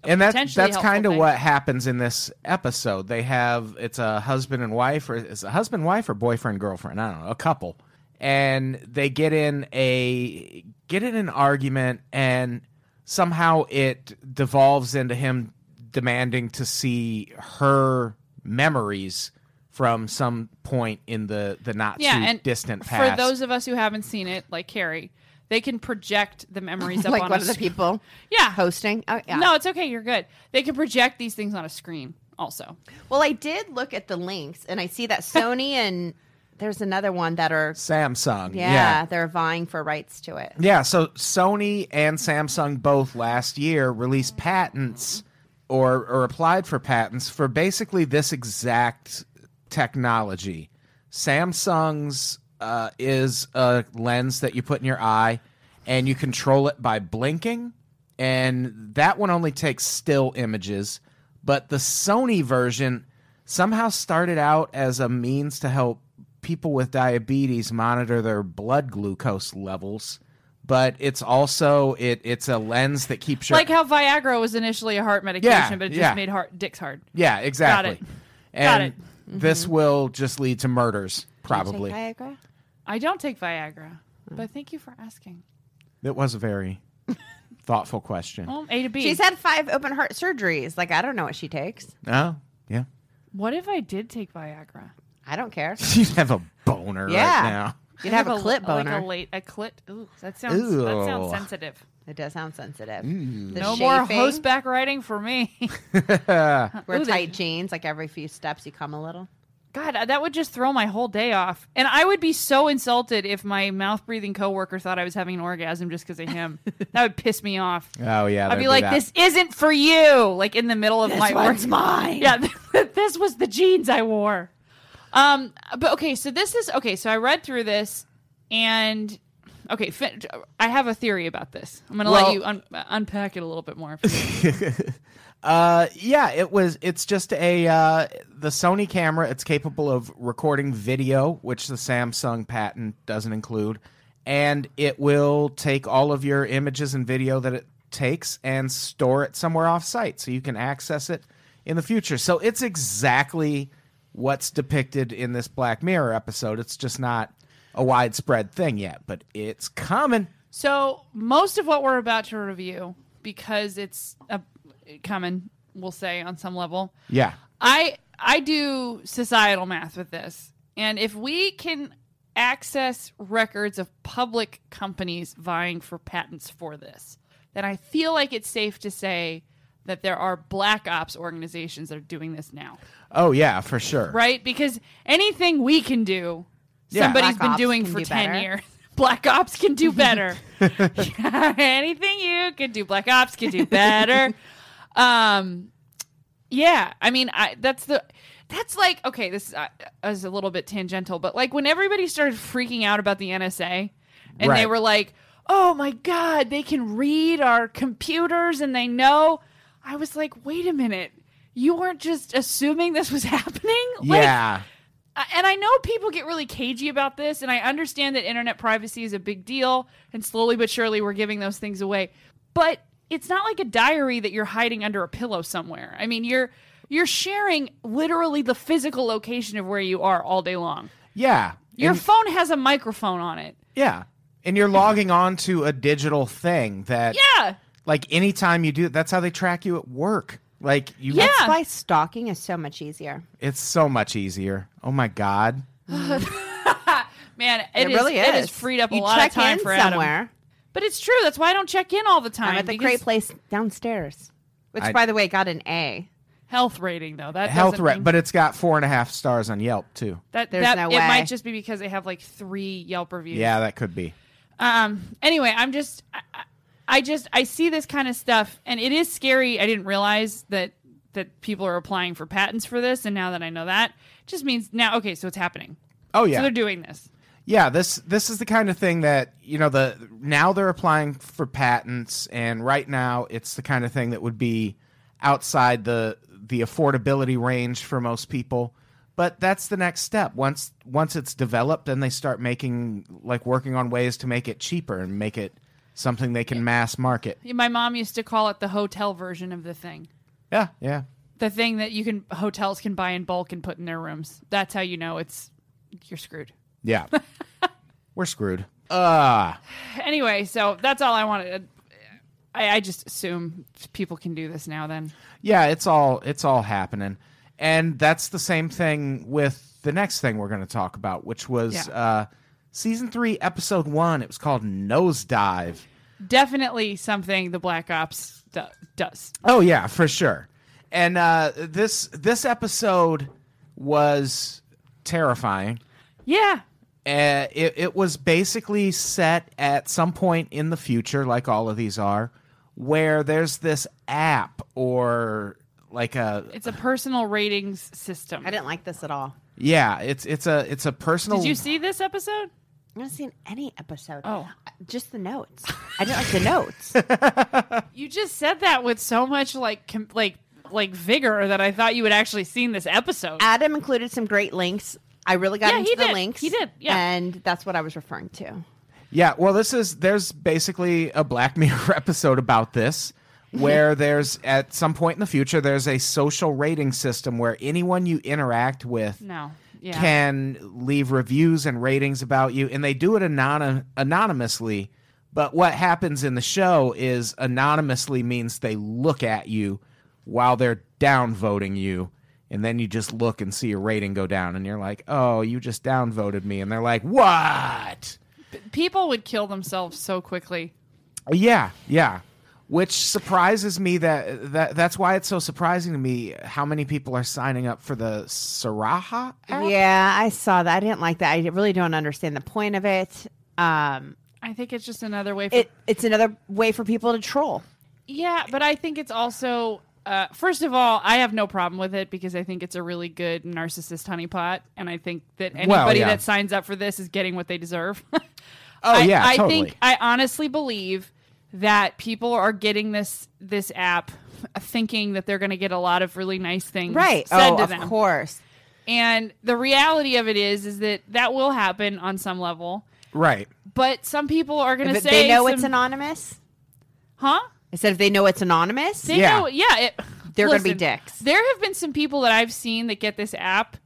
A: And that
D: potentially
A: that's
D: helpful
A: kind of
D: thing.
A: what happens in this episode. They have it's a husband and wife or it's a husband wife or boyfriend girlfriend, I don't know, a couple. And they get in a get in an argument and somehow it devolves into him demanding to see her memories from some point in the the not
D: yeah
A: too
D: and
A: distant past.
D: For those of us who haven't seen it, like Carrie, they can project
C: <laughs>
D: the memories up
C: like
D: on
C: one
D: a
C: of the
D: sc-
C: people
D: Yeah.
C: hosting. Oh, yeah.
D: No, it's okay. You're good. They can project these things on a screen also.
C: Well, I did look at the links and I see that <laughs> Sony and there's another one that are,
A: Samsung.
C: yeah,
A: yeah.
C: they're vying for rights to it.
A: Yeah, so Sony and Samsung both last year released patents or, or applied for patents for basically this exact technology. Samsung's uh, is a lens that you put in your eye and you control it by blinking, and that one only takes still images. But the Sony version somehow started out as a means to help people with diabetes monitor their blood glucose levels but it's also it it's a lens that keeps your
D: Like how Viagra was initially a heart medication, but it just
A: yeah.
D: made heart dicks hard.
A: yeah exactly
D: it. Mm-hmm. Got
A: and this will just lead to murders probably.
C: Take Viagra?
D: I don't take Viagra,
C: Mm.
D: but thank you for asking.
A: That was a
D: <laughs>
A: very thoughtful question.
D: Well, A to B.
C: She's had five open heart surgeries. Like I don't know what she takes.
A: Oh, yeah. <laughs>
D: what if I did take Viagra?
C: I don't <laughs> care.
A: You have a boner
C: Yeah.
A: right now.
C: You'd have
D: Like
C: a clit
D: like
C: boner.
D: a late a clit. Ooh, that sounds that sounds
A: Ew.
D: sensitive.
C: it does sound sensitive. The
D: no more
C: chafing,
D: horseback riding for me. <laughs>
C: Wear
D: Ooh, they-
C: tight jeans. Like every few steps, you come a little.
D: God, that would just throw my whole day off. And I would be so insulted if my mouth breathing coworker thought I was having an orgasm just because of him. that would piss me off.
A: <laughs> Oh yeah.
D: I'd
A: there'd
D: be like,
A: that.
D: "This isn't for you!" Like in the middle of my work.
C: mine.
D: yeah, <laughs> this was the jeans I wore. Um, but okay, so this is okay. So I read through this, and okay, fin- I have a theory about this. I'm gonna
A: Well-
D: let you un- unpack it a little bit more. <laughs>
A: Uh, yeah, it was. It's just a uh, the Sony camera. It's capable of recording video, which the Samsung patent doesn't include, and it will take all of your images and video that it takes and store it somewhere off-site, so you can access it in the future. So it's exactly what's depicted in this Black Mirror episode. It's just not a widespread thing yet, but it's coming.
D: So most of what we're about to review, because it's a, common, we'll say on some level,
A: Yeah.
D: I I do societal math with this, and if we can access records of public companies vying for patents for this, then I feel like it's safe to say that there are black ops organizations that are doing this now,
A: Oh yeah, for sure.
D: right? Because anything we can do,
A: Yeah.
D: somebody's
C: Black
D: been
C: ops
D: doing
C: can
D: for
C: do
D: ten
C: better.
D: years. <laughs> Black ops
A: <laughs>
D: can do better. <laughs> Yeah, anything you can do, black ops can do
A: <laughs>
D: better. um yeah i mean i that's the that's like okay this is, uh, is a little bit tangential but like when everybody started freaking out about the nsa and they
A: Right.
D: were like oh my god they can read our computers and they know i was like wait a minute you weren't just assuming this was <laughs> happening Like,
A: Yeah.
D: I- and I know people get really cagey about this, and I understand that internet privacy is a big deal, and slowly but surely we're giving those things away. But it's not like a diary that you're hiding under a pillow somewhere. I mean, you're you're sharing literally the physical location of where you are all day long.
A: yeah.
D: Your
A: And-
D: phone has a microphone on it.
A: Yeah. And you're logging on to a digital thing that
D: Yeah. <laughs>
A: like anytime you do that's how they track you at work. Like you
D: Yeah.
C: That's why stalking is so much easier.
A: it's so much easier. Oh my god.
D: Man,
C: It,
D: it, is-
C: really is.
D: It has freed up
C: You
D: a lot
C: check
D: of
C: in
D: time for Adam.
C: somewhere.
D: But it's true. That's why I don't check in all the time.
C: I'm at the
D: because
C: great place downstairs, which,
A: I-
C: by the way, got an A.
D: health rating though. That
A: Health
D: doesn't
A: threat,
D: mean-
A: but it's got four and a half stars on Yelp too.
D: that,
C: There's
D: that-
C: no
D: it
C: way.
D: might just be because they have like three Yelp reviews.
A: Yeah, that could be.
D: um anyway i'm just I, I- I just i see this kind of stuff and it is scary i didn't realize that that people are applying for patents for this and now that i know that it just means now okay so it's happening
A: Oh
D: so
A: yeah.
D: they're doing this
A: Yeah, this this is the kind of thing that you know the now they're applying for patents, and right now it's the kind of thing that would be outside the the affordability range for most people. But that's the next step. Once once it's developed, then they start making like working on ways to make it cheaper and make it something they can mass market.
D: my mom used to call it the hotel version of the thing
A: Yeah, yeah,
D: the thing that you can hotels can buy in bulk and put in their rooms that's how you know it's you're screwed
A: yeah. We're screwed. Ah.
D: anyway so that's all i wanted i, I just assume people can do this now then
A: yeah it's all it's all happening and that's the same thing with the next thing we're going to talk about which was
D: Yeah.
A: uh season three episode one it was called nosedive
D: definitely something the black ops do- does
A: oh yeah for sure and uh this this episode was terrifying
D: yeah
A: uh, it, it was basically set at some point in the future, like all of these are, where there's this app or like a
D: It's a personal ratings system.
C: I didn't like this at all.
A: yeah, it's it's a it's a personal.
D: Did you see this episode?
C: I haven't seen any episode.
D: Oh.
C: Uh, just the notes. I didn't like the
D: <laughs>
C: notes.
D: You just said that with so much like com- like like vigor that I thought you had actually seen this episode.
C: Adam included some great links. I really got
D: Yeah,
C: into
D: he
C: the
D: did.
C: links.
D: He did, yeah.
C: and that's what I was referring to.
A: <laughs> Yeah, well, this is there's basically a Black Mirror episode about this, where there's at some point in the future there's a social rating system where anyone you interact with
D: No. Yeah.
A: can leave reviews and ratings about you, and they do it anon- anonymously. But what happens in the show is anonymously means they look at you while they're downvoting you, and then you just look and see your rating go down, and you're like, "Oh, you just downvoted me," and they're like, "What?"
D: People would kill themselves so quickly.
A: Yeah, yeah. Which surprises me that, that that's why it's so surprising to me how many people are signing up for the Saraha app.
C: Yeah, I saw that. I didn't like that. I really don't understand the point of it. Um,
D: I think it's just another way for
C: it it's another way for people to troll.
D: Yeah, but I think it's also uh, first of all, I have no problem with it because I think it's a really good narcissist honeypot, and I think that anybody
A: yeah.
D: that signs up for this is getting what they deserve. <laughs> oh
A: Oh,
D: I,
A: yeah,
D: I
A: totally.
D: think I honestly believe that people are getting this this app thinking that they're going to get a lot of really nice things said
C: Oh,
D: Mm. to
C: of
D: them.
C: course.
D: And the reality of it is, is that that will happen on some level.
A: Right.
D: But some people are going to
C: If
D: say
C: they know it's
D: some-
C: anonymous.
D: huh?
C: I said if they know it's anonymous.
D: They
A: Yeah.
D: know, yeah. It,
C: They're gonna be
D: Listen,
C: dicks.
D: There have been some people that I've seen that get this app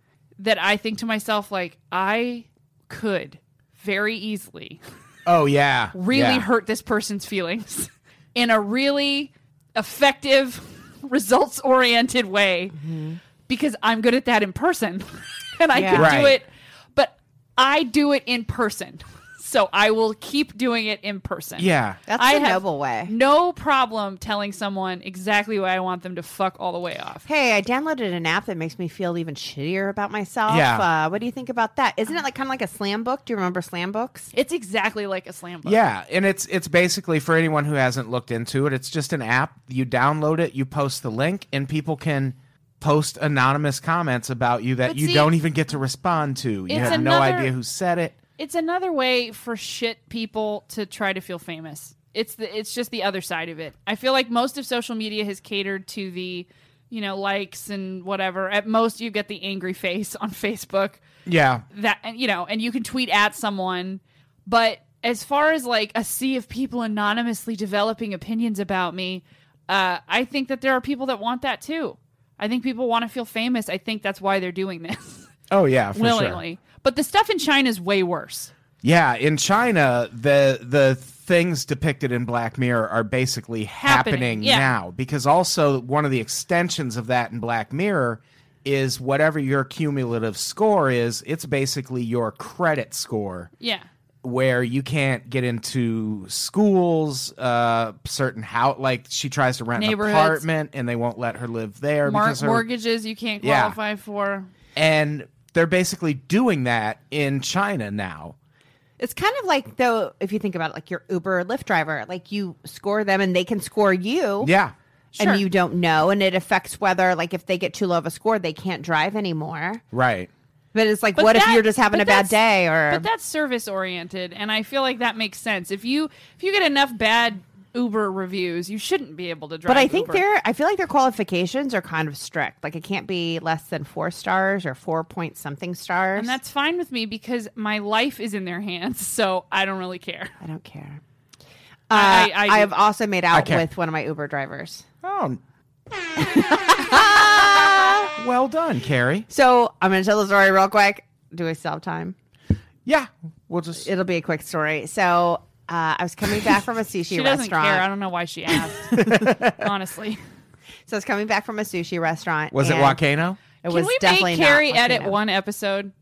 D: that I think to myself, like, I could very easily
A: Oh yeah.
D: really
A: yeah.
D: hurt this person's feelings <laughs> in a really effective, <laughs> results oriented way
C: Mm-hmm.
D: because I'm good at that in person <laughs> and I
C: Yeah.
D: can do
A: Right.
D: it, but I do it in person. <laughs> So I will keep doing it in person.
A: Yeah.
C: That's
D: I
C: the
D: have
C: noble way.
D: No problem telling someone exactly what I want them to fuck all the way off.
C: Hey, I downloaded an app that makes me feel even shittier about myself.
A: Yeah.
C: Uh, what do you think about that? Isn't it like kind of like a slam book? Do you remember slam books?
D: It's exactly like a slam book.
A: Yeah, and it's it's basically for anyone who hasn't looked into it, it's just an app. You download it, you post the link, and people can post anonymous comments about you that
D: But
A: you
D: see,
A: don't even get to respond to. You
D: it's
A: have no
D: another-
A: idea who said it.
D: It's another way for shit people to try to feel famous. It's the it's just the other side of it. I feel like most of social media has catered to the, you know, likes and whatever. At most you get the angry face on <laughs> Facebook.
A: Yeah.
D: That and you know, and you can tweet at someone, but as far as like a sea of people anonymously developing opinions about me, uh, I think that there are people that want that too. I think people want to feel famous. I think that's why they're doing this. <laughs>
A: Oh yeah, for sure.
D: willingly. But the stuff in China is way worse.
A: Yeah, in China, the the things depicted in Black Mirror are basically happening,
D: Happening, yeah.
A: now because also one of the extensions of that in Black Mirror is whatever your cumulative score is, it's basically your credit score
D: Yeah.
A: where you can't get into schools, uh, certain how like she tries to rent an
D: Neighborhoods.
A: apartment and they won't let her live there
D: Mar-
A: because her,
D: mortgages you can't
A: Yeah.
D: qualify for.
A: and they're basically doing that in China now.
C: It's kind of like though, if you think about it, like your Uber or Lyft driver, like you score them and they can score you.
A: Yeah.
D: Sure.
C: And you don't know, and it affects whether, like, if they get too low of a score, they can't drive anymore.
A: Right.
C: But it's like,
D: But
C: what if
D: that-
C: you're just having
D: but
C: a bad
D: that's-
C: day? Or
D: But that's service oriented and I feel like that makes sense. If you if you get enough bad Uber reviews, you shouldn't be able to drive.
C: But I think
D: Uber.
C: their I feel like their qualifications are kind of strict. Like it can't be less than four stars or four point something stars.
D: and that's fine with me because my life is in their hands, so I don't really care.
C: I don't care. Uh,
D: I-
C: I,
D: I- I-
C: have also made out
A: care.
C: with one of my Uber drivers.
A: Oh. well done, Carrie.
C: So I'm gonna tell the story real quick. Do I still have time?
A: Yeah, we'll just.
C: It'll be a quick story. So uh, I was coming back
D: <laughs>
C: from a sushi
D: She doesn't
C: restaurant.
D: care. I don't know why she asked.
C: <laughs>
D: honestly.
C: So I was coming back from a sushi restaurant.
A: was it
C: and
A: volcano?
C: It
D: Can
C: was
D: we
C: definitely
D: make Carrie
C: not
D: edit
C: volcano.
D: one episode?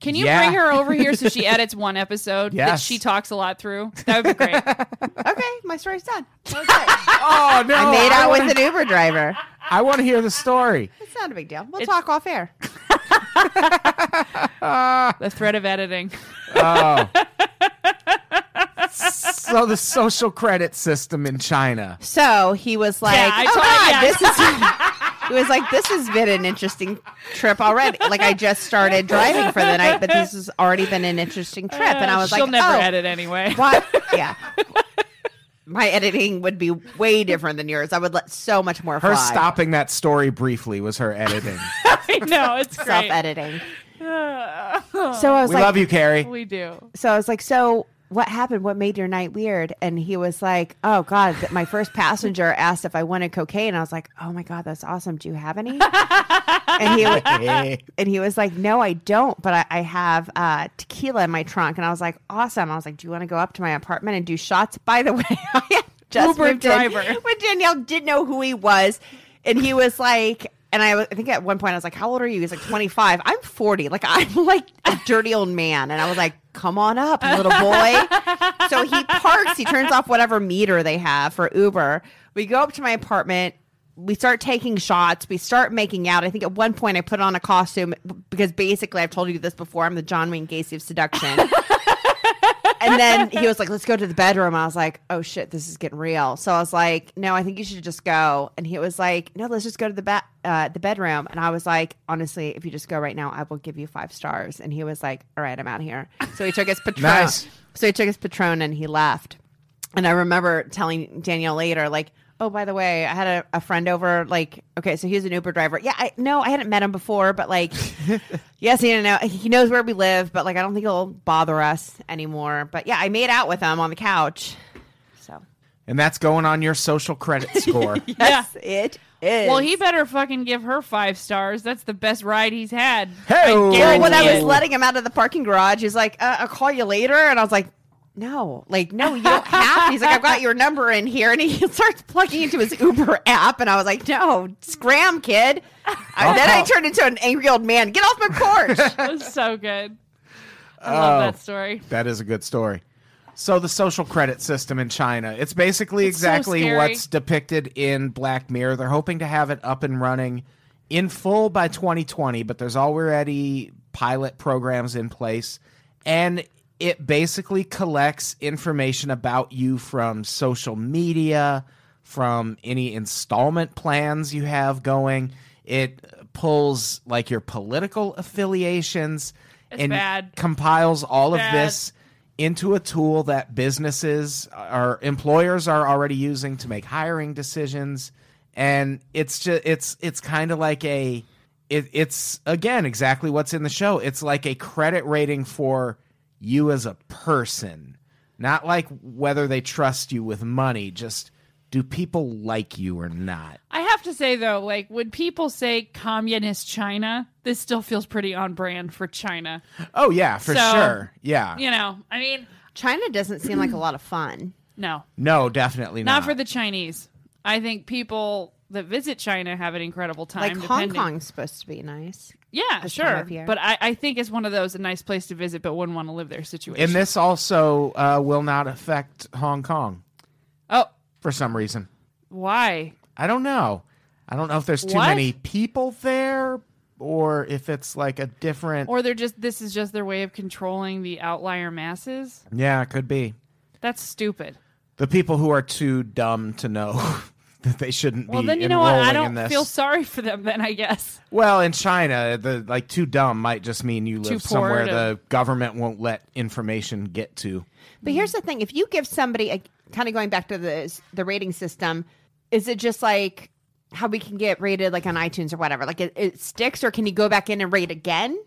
D: Can you
A: yeah.
D: bring her over here
A: <laughs>
D: so she edits one episode that
A: Yes.
D: she talks a lot through? That would be
C: <laughs>
D: great.
C: Okay, my story's
D: <laughs>
C: done.
A: Oh no!
C: I made
A: I
C: out
A: wanna-
C: with an Uber driver.
A: I want to hear the story.
C: It's not a big deal. We'll talk off air.
D: the threat of editing.
A: Oh. so the social credit system in China.
C: So he was like,
D: Yeah, I
C: "Oh
D: told-
C: God,
D: yeah.
C: this is."
D: <laughs>
C: <laughs> he was like, "This has been an interesting trip already. Like I just started driving for the night, but this has already been an interesting trip." And I was
D: Uh, She'll
C: like,
D: never
C: "Oh,
D: edit anyway.
C: what? Yeah." My editing would be way different than yours. I would let so much more
A: Her
C: fly.
A: stopping that story briefly was her editing.
D: <laughs> I know it's
C: self
D: great.
C: editing. So I was
A: we
C: like,
D: <laughs>
A: love you, Carrie.
D: We do.
C: so I was like, so what happened? What made your night weird? And he was like, oh God, th- my first passenger asked if I wanted cocaine. I was like, oh my God, that's awesome. Do you have any? and he wa- and he was like, no, I don't, but I, I have uh, tequila in my trunk. And I was like, awesome. I was like, do you want to go up to my apartment and do shots? <laughs> By the way, I had just
D: Uber
C: moved in
D: driver.
C: <laughs> when Danielle did know who he was, and he was like, and I, I think at one point I was like, "How old are you?" He's like, "25." I'm 40. Like I'm like a dirty old man, and I was like, "Come on up, little boy." so he parks. He turns off whatever meter they have for Uber. We go up to my apartment. We start taking shots. We start making out. I think at one point I put on a costume because basically I've told you this before. I'm the John Wayne Gacy of seduction. and then he was like, "Let's go to the bedroom." I was like, "Oh shit, this is getting real." So I was like, "No, I think you should just go." And he was like, "No, let's just go to the ba- uh, the bedroom." And I was like, "Honestly, if you just go right now, I will give you five stars." And he was like, "All right, I'm out here." So he took his patron.
A: Nice.
C: So he took his patron and he left. And I remember telling Danielle later, like, "Oh, by the way, I had a, a friend over. Like, okay, so he was an Uber driver. Yeah, I no, I hadn't met him before, but like." Yes, he know he knows where we live, but like I don't think he'll bother us anymore. But yeah, I made out with him on the couch.
D: <laughs>
C: So
A: And that's going on your social credit score.
C: yes, it is.
D: Well, he better fucking give her five stars. That's the best ride he's had.
A: Hey-o.
D: I
C: Well,
D: guarantee
C: when I was
D: it.
C: letting him out of the parking garage, he's like, uh, "I'll call you later," and I was like, "No, like no, you don't have." to." He's like, "I've got your number in here," and he <laughs> starts plugging into his Uber app, and I was like, "No, scram, kid." And then I turned into an angry old man. Get off my porch. <laughs>
D: That was so good. I
A: Oh.
D: love that story.
A: That is a good story. So the social credit system in China, it's basically
D: It's so
A: exactly
D: scary.
A: what's depicted in Black Mirror. They're hoping to have it up and running in full by 2020, but there's already pilot programs in place and it basically collects information about you from social media, from any installment plans you have going. It pulls like your political affiliations
D: It's
A: and
D: bad.
A: compiles all of
D: Bad.
A: this into a tool that businesses or employers are already using to make hiring decisions and it's just it's it's kind of like a it, it's again exactly what's in the show it's like a credit rating for you as a person not like whether they trust you with money just do people like you or not
D: I have to say though, like when people say communist China, this still feels pretty on brand for China.
A: oh yeah for
D: So,
A: sure yeah
D: You know, I mean,
C: China doesn't seem like a lot of fun.
D: no,
A: no definitely not
D: not for the Chinese. I think people that visit China have an incredible time.
C: Like Hong
D: depending-
C: Kong's supposed to be nice.
D: yeah,
C: this time
D: sure.
C: of year.
D: But I, I think it's one of those a nice place to visit, but wouldn't want to live there situation.
A: and this also uh, will not affect hong kong
D: oh,
A: for some reason.
D: why?
A: I don't know. I don't know if there's too
D: What?
A: many people there or if it's like a different.
D: Or they're just this is just their way of controlling the outlier masses.
A: yeah, it could be.
D: That's stupid.
A: The people who are too dumb to know <laughs> that they shouldn't
D: Well,
A: be
D: then you know
A: enrolling
D: what? I
A: in
D: don't
A: this.
D: feel sorry for them. Then I guess.
A: well, in China, the like too dumb might just mean you
D: Too
A: live
D: poor
A: somewhere
D: to-
A: the government won't let information get to.
C: But here's the thing: if you give somebody, a, kind of going back to the the rating system, is it just like how we can get rated like on iTunes or whatever? Like it, it sticks, or can you go back in and rate again?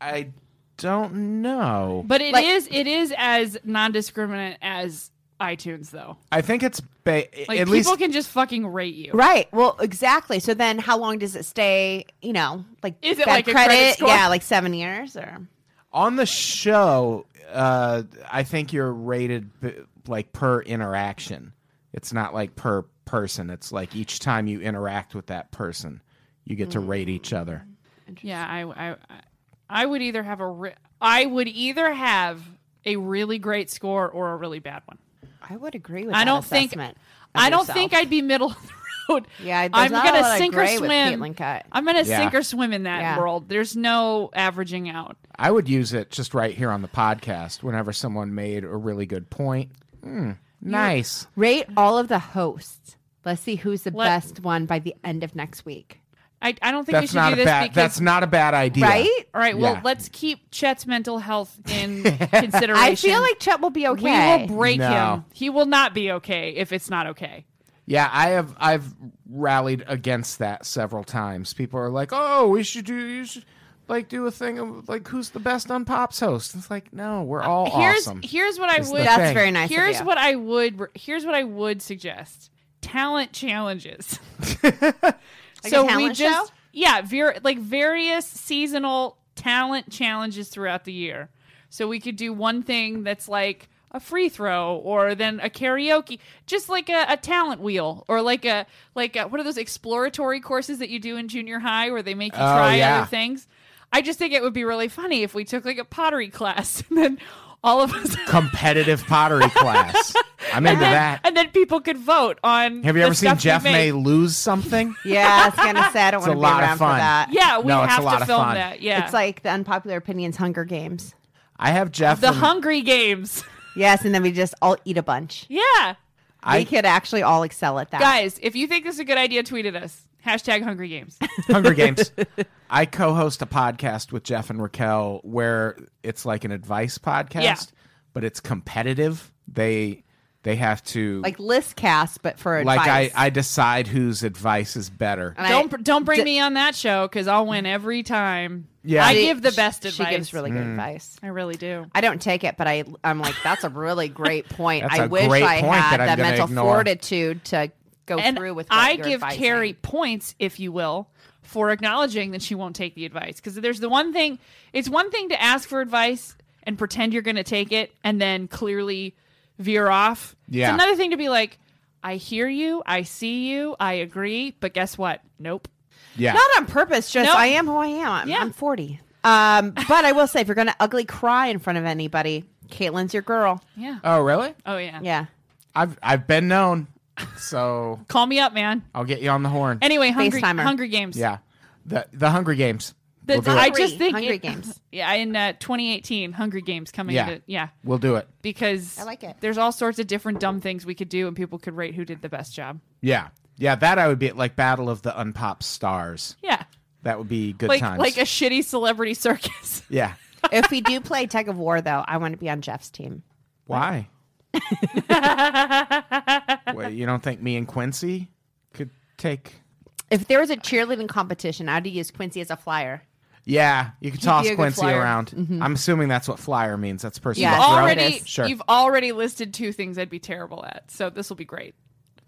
A: I don't know.
D: But it
C: Like-
D: is it is as non-discriminant as iTunes though.
A: I think it's ba-
D: Like
A: at
D: people
A: least
D: can just fucking rate you.
C: Right. Well, exactly. So then, how long does it stay? You know, like
D: Is it
C: bad
D: like a credit score?
C: yeah, like seven years or
A: on the show uh i think you're rated b- like per interaction it's not like per person it's like each time you interact with that person you get
D: Mm.
A: to rate each other
D: Yeah, I I I would either have a re- I would either have a really great score or a really bad one.
C: I would agree with.
D: I
C: that
D: don't think
C: assessment of
D: I don't
C: yourself.
D: think I'd be middle of the road.
C: Yeah, there's
D: I'm
C: not a
D: gonna
C: lot of
D: sink or
C: gray with
D: swim.
C: Caitlin Cut.
D: I'm gonna
A: Yeah.
D: sink or swim in that
C: Yeah.
D: world. There's no averaging out.
A: i would use it just right here on the podcast whenever someone made a really good point Hmm, nice
C: rate all of the hosts. Let's see who's the
D: Let-
C: best one by the end of next week.
D: I, I don't think we
A: that's
D: should
A: not
D: do
A: a
D: this
A: bad
D: because
A: that's not a bad idea
C: Right?
D: all right. Well,
A: Yeah.
D: let's keep Chet's mental health
A: <laughs>
D: in consideration.
C: I feel like Chet will be okay.
D: we will break
A: No.
D: him. He will not be okay if it's not okay.
A: Yeah, I have I've rallied against that several times. People are like, "Oh, we should do you should like do a thing of like who's the best on Pops host? It's like no, we're all
D: Uh, here's
A: Oh, awesome.
D: here's what I
A: It's
D: would
A: the
C: That's
A: thing.
C: very nice. of
D: here's
C: you. <laughs>
D: what I would here's what I would suggest: talent challenges. <laughs>
C: Like a talent show?
D: yeah, ver- like various seasonal talent challenges throughout the year. So we could do one thing that's like a free throw, or then a karaoke, just like a, a talent wheel, or like a like a, what are those exploratory courses that you do in junior high where they make you
A: Oh,
D: try
A: yeah.
D: other things. I just think it would be really funny if we took like a pottery class <laughs> and then all of us
A: Competitive pottery class. I'm into that.
D: and then people could vote on.
A: Have you
D: the
A: ever seen
D: stuff we
A: Jeff
D: make.
A: May lose something?
C: Yeah, I <laughs> was gonna say I don't
A: It's
C: want to
A: a
C: be
A: lot of
C: around for
A: fun.
C: that.
D: Yeah, we
A: No, it's
D: have
A: a lot
D: to
A: of
D: film
A: fun.
D: that. Yeah,
C: It's like the unpopular opinions Hunger Games.
A: I have Jeff.
D: the
A: and
D: Hungry Games.
C: Yes, and then we just all eat a bunch.
D: <laughs> yeah,
A: I-
C: we could actually all excel at that.
D: guys, if you think this is a good idea, tweet at us. Hashtag Hungry <laughs> Games.
A: Hunger Games. I co-host a podcast with Jeff and Raquel where it's like an advice podcast,
D: Yeah.
A: but it's competitive. They they have to
C: Like list cast, but for
A: like I,
C: advice.
A: I decide whose advice is better.
C: And I-
D: don't br- don't bring
C: d-
D: me on that show because I'll win every time.
A: Yeah.
D: I
A: She-
D: give the best
C: she
D: advice.
C: gives really
A: Hmm.
C: good advice.
D: I really do.
C: I don't take it, but I I'm like that's a really great point.
A: That's
C: I
A: a
C: wish
A: great
C: I
A: point
C: had
A: that I'm
C: that
A: gonna
C: mental
A: ignore.
C: fortitude to go
D: And
C: through with. What
D: I
C: you're
D: give
C: advising.
D: Carrie points, if you will, for acknowledging that she won't take the advice. Because there's the one thing. It's one thing to ask for advice and pretend you're going to take it, and then clearly veer off.
A: Yeah.
D: It's another thing to be like, I hear you, I see you, I agree, but guess what? Nope.
A: yeah.
C: not on purpose. Just
D: No.
C: I am who I am. I'm,
D: Yeah.
C: I'm 40. Um, but I will say, if you're gonna ugly cry in front of anybody, Caitlin's your girl.
D: Yeah.
A: oh really?
D: Oh yeah.
C: Yeah.
A: I've I've been known. So
D: Call me up, man.
A: I'll get you on the horn.
D: Anyway, Hungry
C: FaceTimer.
D: Hungry Games.
A: yeah. The the Hunger Games.
D: The-
A: we'll do
D: I
A: it.
D: just think
C: Hungry
D: it-
C: Games.
D: <laughs> Yeah, in uh, 2018, Hungry Games coming.
A: Yeah.
D: to- yeah.
A: We'll do it.
D: Because I
C: like it.
D: There's all sorts of different dumb things we could do, and people could rate who did the best job.
A: Yeah. Yeah, that I would be like Battle of the Unpop Stars.
D: Yeah.
A: That would be good
D: Like
A: times.
D: like a shitty celebrity circus.
A: yeah.
C: if we do play tug of war, though, I want to be on Jeff's team.
D: <laughs>
A: Why? Wait, you don't think me and Quincy could take?
C: If there was a cheerleading competition, I'd use Quincy as a flyer.
A: Yeah, you could
D: be
A: toss
D: a good
A: Quincy
D: flyer. Mm-hmm.
A: around. I'm assuming that's what flyer means. That's person.
C: Yeah,
A: who
C: <laughs> That's
A: throws.
D: already
C: it is.
A: sure.
D: you've already listed two things I'd be terrible at, so this will be great.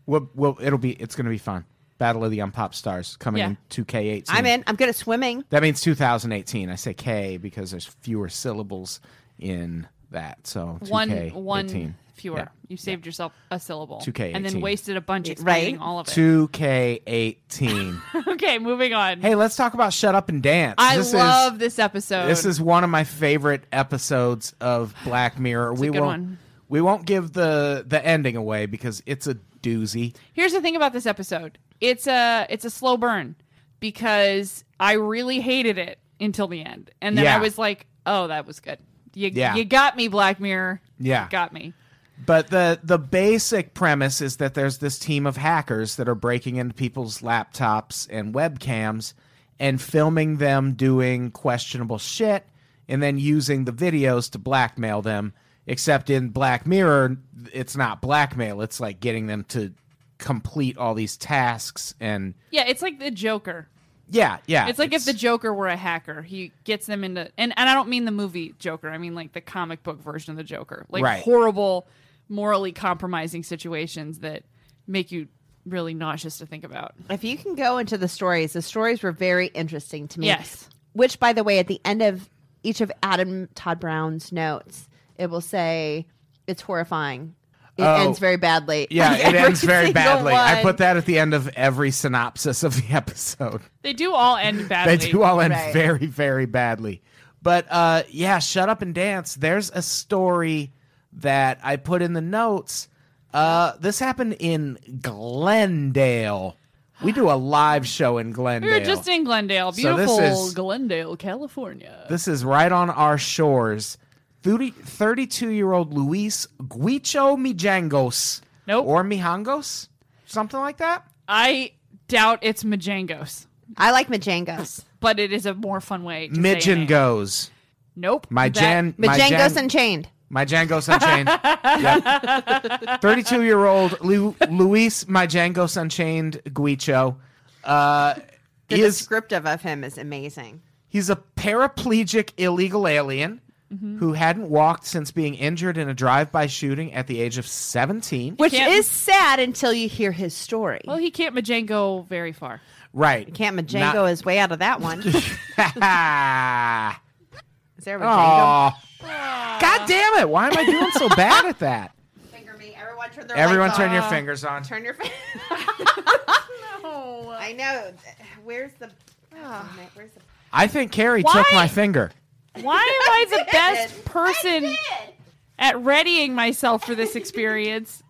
A: We'll, we'll, it'll be. It's going to be fun. Battle of the Unpop Stars coming
D: Yeah.
A: in 2K18.
C: I'm in. I'm good at swimming.
A: That means 2018. I say K because there's fewer syllables in that. So 2K18.
D: One one fewer.
A: Yeah.
D: You saved yourself a syllable.
A: 2K18.
D: And then wasted a bunch
C: Right.
D: explaining all of it.
A: 2K18.
D: <laughs> okay, moving on.
A: hey, let's talk about Shut Up and Dance.
D: I
A: This is-
D: love this episode.
A: This is one of my favorite episodes of Black Mirror. we
D: good
A: won't
D: one.
A: we won't give the the ending away because it's a doozy.
D: Here's the thing about this episode. It's a it's a slow burn because I really hated it until the end. And then
A: Yeah.
D: I was like, "Oh, that was good. You
A: Yeah.
D: you got me, Black Mirror.
A: Yeah.
D: You got me."
A: But the the basic premise is that there's this team of hackers that are breaking into people's laptops and webcams and filming them doing questionable shit and then using the videos to blackmail them. Except in Black Mirror, it's not blackmail, it's like getting them to complete all these tasks and
D: Yeah, it's like the Joker.
A: yeah, yeah.
D: It's like if the Joker were a hacker. He gets them into and, and I don't mean the movie Joker. I mean like the comic book version of the Joker. Like
A: Right.
D: horrible morally compromising situations that make you really nauseous to think about.
C: If you can go into the stories, the stories were very interesting to me.
D: Yes.
C: Which, by the way, at the end of each of Adam Todd Brown's notes, it will say, it's horrifying. It
A: Oh.
C: ends very badly.
A: Yeah,
C: <laughs> Like,
A: it
D: <laughs>
C: every
A: ends very
C: single
A: badly. I
C: one.
A: put that at the end of every synopsis of the <laughs> episode.
D: They do all end
A: <laughs>
D: badly.
A: They do all end
C: Right.
A: very, very badly. But uh, yeah, Shut Up and Dance. There's a story that I put in the notes. Uh, this happened in Glendale. We do a live show in Glendale.
D: We were just in Glendale,
A: So this
D: beautiful
A: is-
D: Glendale, California.
A: This is right on our shores. 32 year old Luis Guicho Mijangos.
D: Nope.
A: Or Mijangos? Something like that?
D: I doubt it's Majangos,
C: I like Majangos.
D: but it is a more fun way. To say a name.
A: Midgen goes.
D: Nope.
A: My
D: That-
A: Jan, my
C: Majangos
A: Jan,
C: Unchained.
A: my Django's Unchained. Thirty-two-year-old Lu, Luis, my Django's Unchained Guicho. Uh,
C: The
A: is
C: descriptive of him is amazing.
A: He's a paraplegic illegal alien
C: Mm-hmm.
A: who hadn't walked since being injured in a drive-by shooting at the age of 17.
C: Which
D: can't-
C: is sad until you hear his story.
D: Well, he can't Majengo very far.
A: Right. <laughs>
C: Can't Majengo
A: Not-
C: his way out of
A: <laughs>
C: that one. is there a Majengo?
A: Aw. God damn it. Why am I doing so bad at
C: <laughs>
A: that?
C: Finger me. Everyone turn their
A: Everyone
C: lights
A: turn
C: off.
A: your fingers on.
C: uh,
A: <laughs>
C: Turn your finger.
D: Oh.
C: I know. Where's the. Ah. oh, Where's the.
A: I think Carrie
D: Why?
A: took my finger.
D: Why am I the
C: did. <laughs> I
D: best person
C: did.
D: at readying myself for this experience?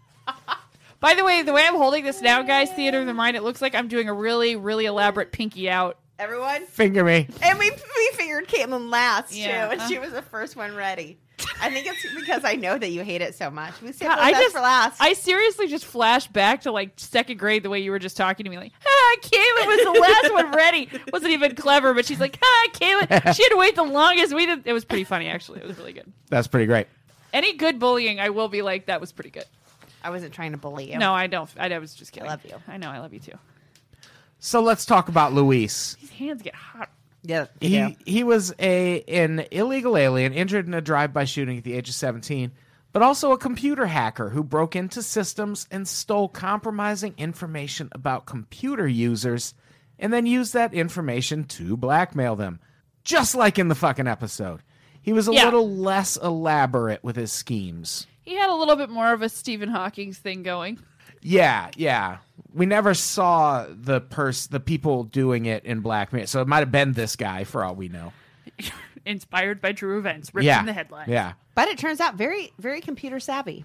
D: By the way, the way I'm holding this now, guys, theater of the mind, it looks like I'm doing a really, really elaborate pinky out.
C: Everyone?
A: Finger me.
C: And we, we figured Caitlin last,
D: Yeah.
C: too.
D: uh-huh.
C: And she was the first one ready. I think it's because I know that you hate it so much. We saved
D: God,
C: the
D: I
C: best
D: just-
C: for last.
D: I seriously just flashed back to like second grade the way you were just talking to me, like, ah, Caitlin was the last one ready. Wasn't even clever, but she's like, ah, Caitlin, she had to wait the longest. We did. It was pretty funny, actually. It was really good.
A: That's pretty great.
D: Any good bullying, I will be like, that was pretty good.
C: I wasn't trying to bully you.
D: No, I don't. I, I was just kidding.
C: love you.
D: I know. I love you too.
A: So let's talk about Luis.
D: These hands get hot.
C: Yeah.
A: He he was a an illegal alien injured in a drive-by shooting at the age of 17, but also a computer hacker who broke into systems and stole compromising information about computer users and then used that information to blackmail them. Just like in the fucking episode. He was a
D: Yeah.
A: little less elaborate with his schemes.
D: He had a little bit more of a Stephen Hawking's thing going.
A: Yeah, yeah. We never saw the pers- the people doing it in blackmail. So it might have been this guy for all we know.
D: Inspired by true events, ripped
A: yeah.
D: from the headlines.
A: Yeah.
C: But it turns out very, very computer savvy.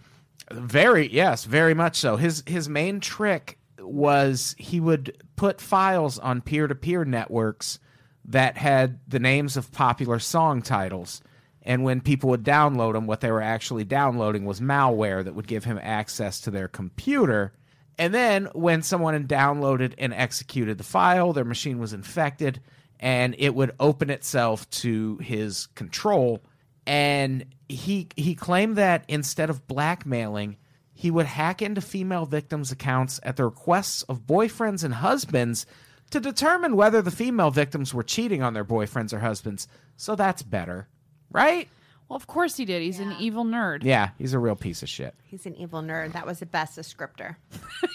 A: Very yes, very much so. His his main trick was he would put files on peer to peer networks that had the names of popular song titles, and when people would download them, what they were actually downloading was malware that would give him access to their computer. And then when someone had downloaded and executed the file, their machine was infected, and it would open itself to his control and he he claimed that instead of blackmailing, he would hack into female victims' accounts at the requests of boyfriends and husbands to determine whether the female victims were cheating on their boyfriends or husbands. So that's better, right?
D: Well, of course he did. He's an evil nerd.
A: Yeah, he's a real piece of shit.
C: He's an evil nerd. That was the best descriptor.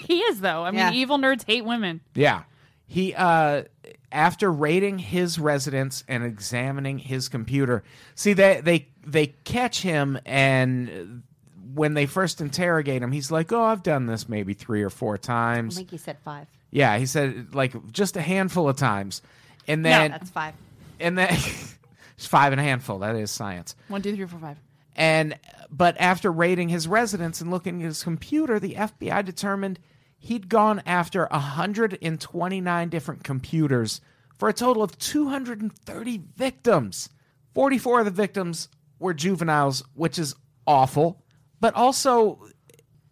D: He is though. I mean,
C: Yeah.
D: evil nerds hate women.
A: Yeah. He uh after raiding his residence and examining his computer. See they they they catch him and when they first interrogate him, he's like, "Oh, I've done this maybe 3 or 4
C: I
A: times."
C: think he said five.
A: yeah, he said like just a handful of times. And
D: Yeah,
A: then
C: That's five.
A: and then <laughs> it's five and a handful. That is science.
D: One, two, three, four, five.
A: And but after raiding his residence and looking at his computer, the FBI determined he'd gone after 129 different computers for a total of 230 victims. 44 of the victims were juveniles, which is awful. But also,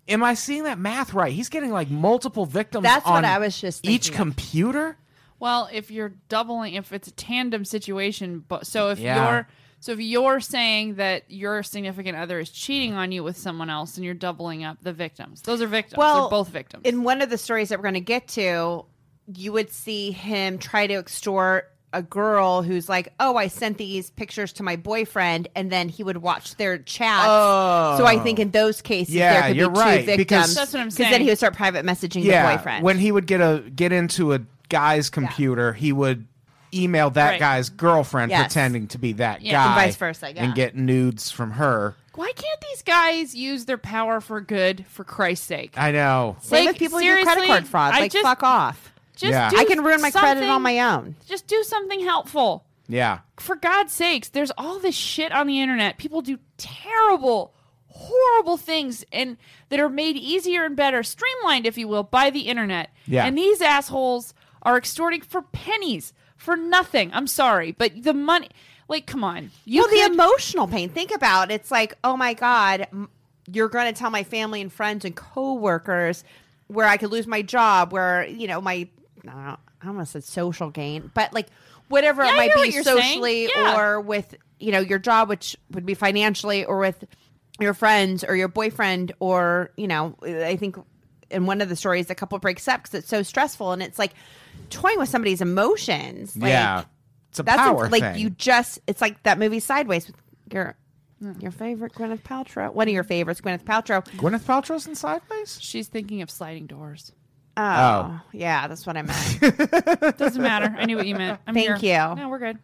A: am I seeing that math right? He's getting like multiple victims.
C: That's what
A: on
C: I was just
A: each
C: thinking of.
A: computer.
D: Well, if you're doubling, if it's a tandem situation, but so if
A: Yeah.
D: you're so if you're saying that your significant other is cheating on you with someone else, and you're doubling up the victims, those are victims. They're both victims.
C: In one of the stories that we're going to get to, you would see him try to extort a girl who's like, "Oh, I sent these pictures to my boyfriend," and then he would watch their chats. So I think in those cases,
A: Yeah,
C: there could
A: you're
C: be
A: right,
C: two victims.
A: because-
D: That's what I'm
C: Because then
D: saying.
C: he would start private messaging the boyfriend.
A: When he would get a get into a guy's computer, he would email that
D: Right.
A: guy's girlfriend
C: Yes.
A: pretending to be that
D: Yeah,
A: guy.
D: and
C: vice versa, yeah.
A: And get nudes from her.
D: Why can't these guys use their power for good? For Christ's sake,
A: I know.
C: Same
D: Like,
C: with people who do credit
D: seriously,
C: card fraud.
D: I
C: like,
D: just-
C: fuck off.
D: just
A: Yeah.
D: do
C: I can ruin my credit on
D: something-
C: my own.
D: Just do something helpful.
A: Yeah.
D: for God's sakes, there's all this shit on the internet. People do terrible, horrible things and that are made easier and better, streamlined, if you will, by the internet.
A: Yeah.
D: And these assholes are extorting for pennies for nothing. I'm sorry, but the money, like, come on, you
C: well, the
D: could-
C: emotional pain. Think about it. it's like, oh my god, m- you're going to tell my family and friends and coworkers where I could lose my job, where you know my I don't want to say social gain, but like whatever
D: Yeah, I
C: it might
D: hear
C: be
D: what you're saying.
C: socially
D: Yeah.
C: or with you know your job, which would be financially, or with your friends or your boyfriend, or you know I think in one of the stories a couple breaks up because it's so stressful and it's like toying with somebody's emotions. Like,
A: yeah. It's a
C: That's
A: power
C: ins- like
A: thing.
C: you just. It's like that movie Sideways with your your favorite Gwyneth Paltrow. One of your favorites, Gwyneth Paltrow.
A: Gwyneth Paltrow's in Sideways.
D: She's thinking of sliding doors.
C: Oh,
A: Oh.
C: yeah, that's what I meant.
D: Doesn't matter. I knew what you meant. I'm
C: Thank
D: here.
C: you.
D: No, we're good.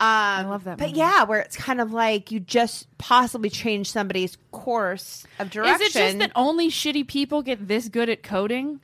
C: I
D: love that
C: Um, But
D: movie.
C: yeah, where it's kind of like you just possibly change somebody's course of direction.
D: Is it just that only shitty people get this good at coding?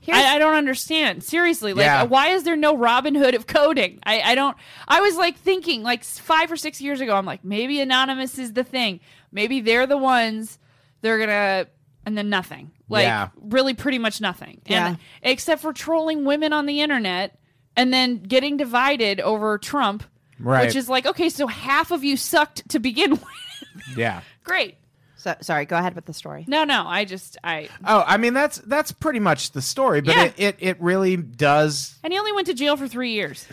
C: Here's-
D: I, I don't understand. Seriously, like,
A: Yeah.
D: why is there no Robin Hood of coding? I, I don't. I was like thinking, like s- five or six years ago, I'm like, maybe Anonymous is the thing. Maybe they're the ones they're gonna, and then nothing. Like,
A: Yeah.
D: really, pretty much nothing.
C: Yeah.
D: And except for trolling women on the internet and then getting divided over Trump,
A: Right.
D: Which is like, okay, so half of you sucked to begin <laughs> with.
A: Yeah.
D: Great.
C: so, sorry, go ahead with the story.
D: No, no, I just I
A: Oh, I mean that's that's pretty much the story, but
D: Yeah.
A: it, it it really does
D: and he only went to jail for three years.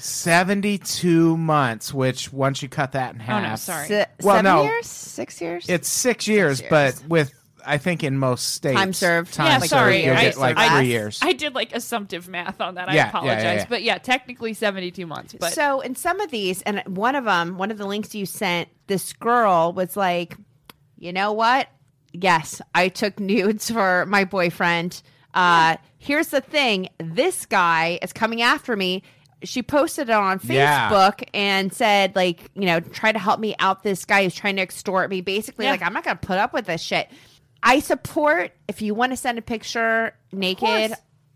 A: 72 months, which once you cut that in
D: Oh,
A: half.
D: no, sorry.
C: Se-
A: Well,
C: seven
A: no.
C: years, six years.
A: It's six years,
C: years.
A: but with, I think, in most states.
C: Time served.
A: Time
D: Yeah,
A: served,
D: sorry,
A: You'll
D: I-
A: get like
D: I-
A: three years.
D: I did like assumptive math on that.
A: Yeah,
D: I
A: yeah,
D: apologize,
A: yeah, yeah.
D: but yeah, technically seventy-two months. But
C: so in some of these, and one of them, one of the links you sent, this girl was like, "You know what? Yes, I took nudes for my boyfriend. Uh, here's the thing: this guy is coming after me." She posted it on Facebook
A: Yeah.
C: and said, like, you know, try to help me out. This guy who's trying to extort me. Basically,
D: Yeah.
C: like, I'm not going to put up with this shit. I support if you want to send a picture naked,
D: course.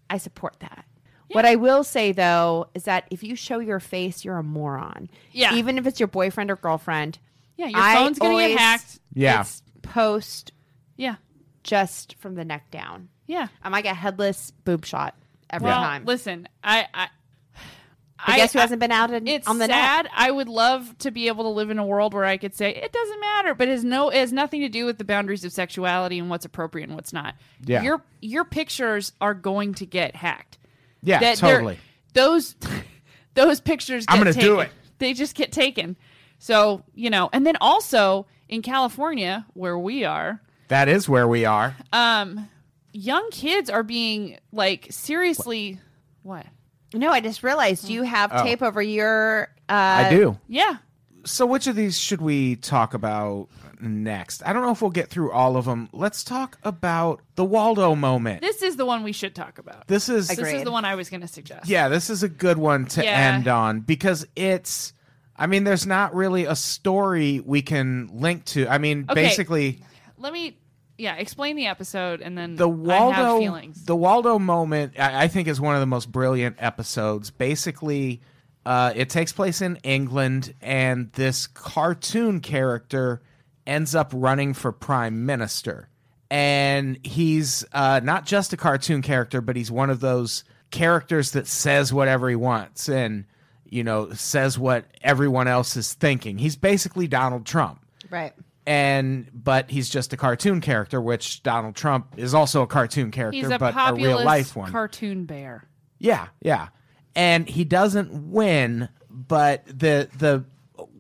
C: I support that. What I will say though is that if you show your face, you're a moron.
D: Yeah.
C: Even if it's your boyfriend or girlfriend.
D: yeah, your
C: I
D: phone's gonna
C: always-
D: get hacked.
A: Yeah.
C: It's post
D: Yeah,
C: just from the neck down.
D: yeah.
C: I'm like a headless boob shot every
D: Well,
C: time.
D: listen, I, I,
C: I guess who hasn't been out in,
D: It's
C: on the net?
D: sad. I would love to be able to live in a world where I could say it doesn't matter, but it has no it has nothing to do with the boundaries of sexuality and what's appropriate and what's not.
A: Yeah.
D: Your your pictures are going to get hacked.
A: yeah,
D: that they're-
A: totally.
D: Those <laughs> those pictures. Get
A: I'm gonna do
D: taken.
A: it.
D: They just get taken. So you know, and then also in California where we are,
A: That is where we are.
D: um, young kids are being like seriously. What?
C: No, I just realized you have
A: Oh.
C: tape over your uh
A: I do.
D: Yeah.
A: So, which of these should we talk about next? I don't know if we'll get through all of them. Let's talk about the Waldo moment.
D: This is the one we should talk about.
A: This is
D: This is
C: Agreed.
D: the one I was going to suggest.
A: Yeah, this is a good one to
D: Yeah.
A: end on because it's. I mean, there's not really a story we can link to. I mean,
D: Okay.
A: basically,
D: Let me, yeah, explain the episode and then
A: the
D: I have
A: Waldo,
D: feelings.
A: the Waldo moment, I, I think, is one of the most brilliant episodes. Basically, uh, it takes place in England, and this cartoon character ends up running for prime minister. And he's uh, not just a cartoon character, but he's one of those characters that says whatever he wants and, you know, says what everyone else is thinking. He's basically Donald Trump
C: Right.
A: and but he's just a cartoon character, which Donald Trump is also a cartoon character,
D: He's a
A: but a
D: populist
A: real life one.
D: cartoon bear.
A: yeah, yeah. And he doesn't win, but the the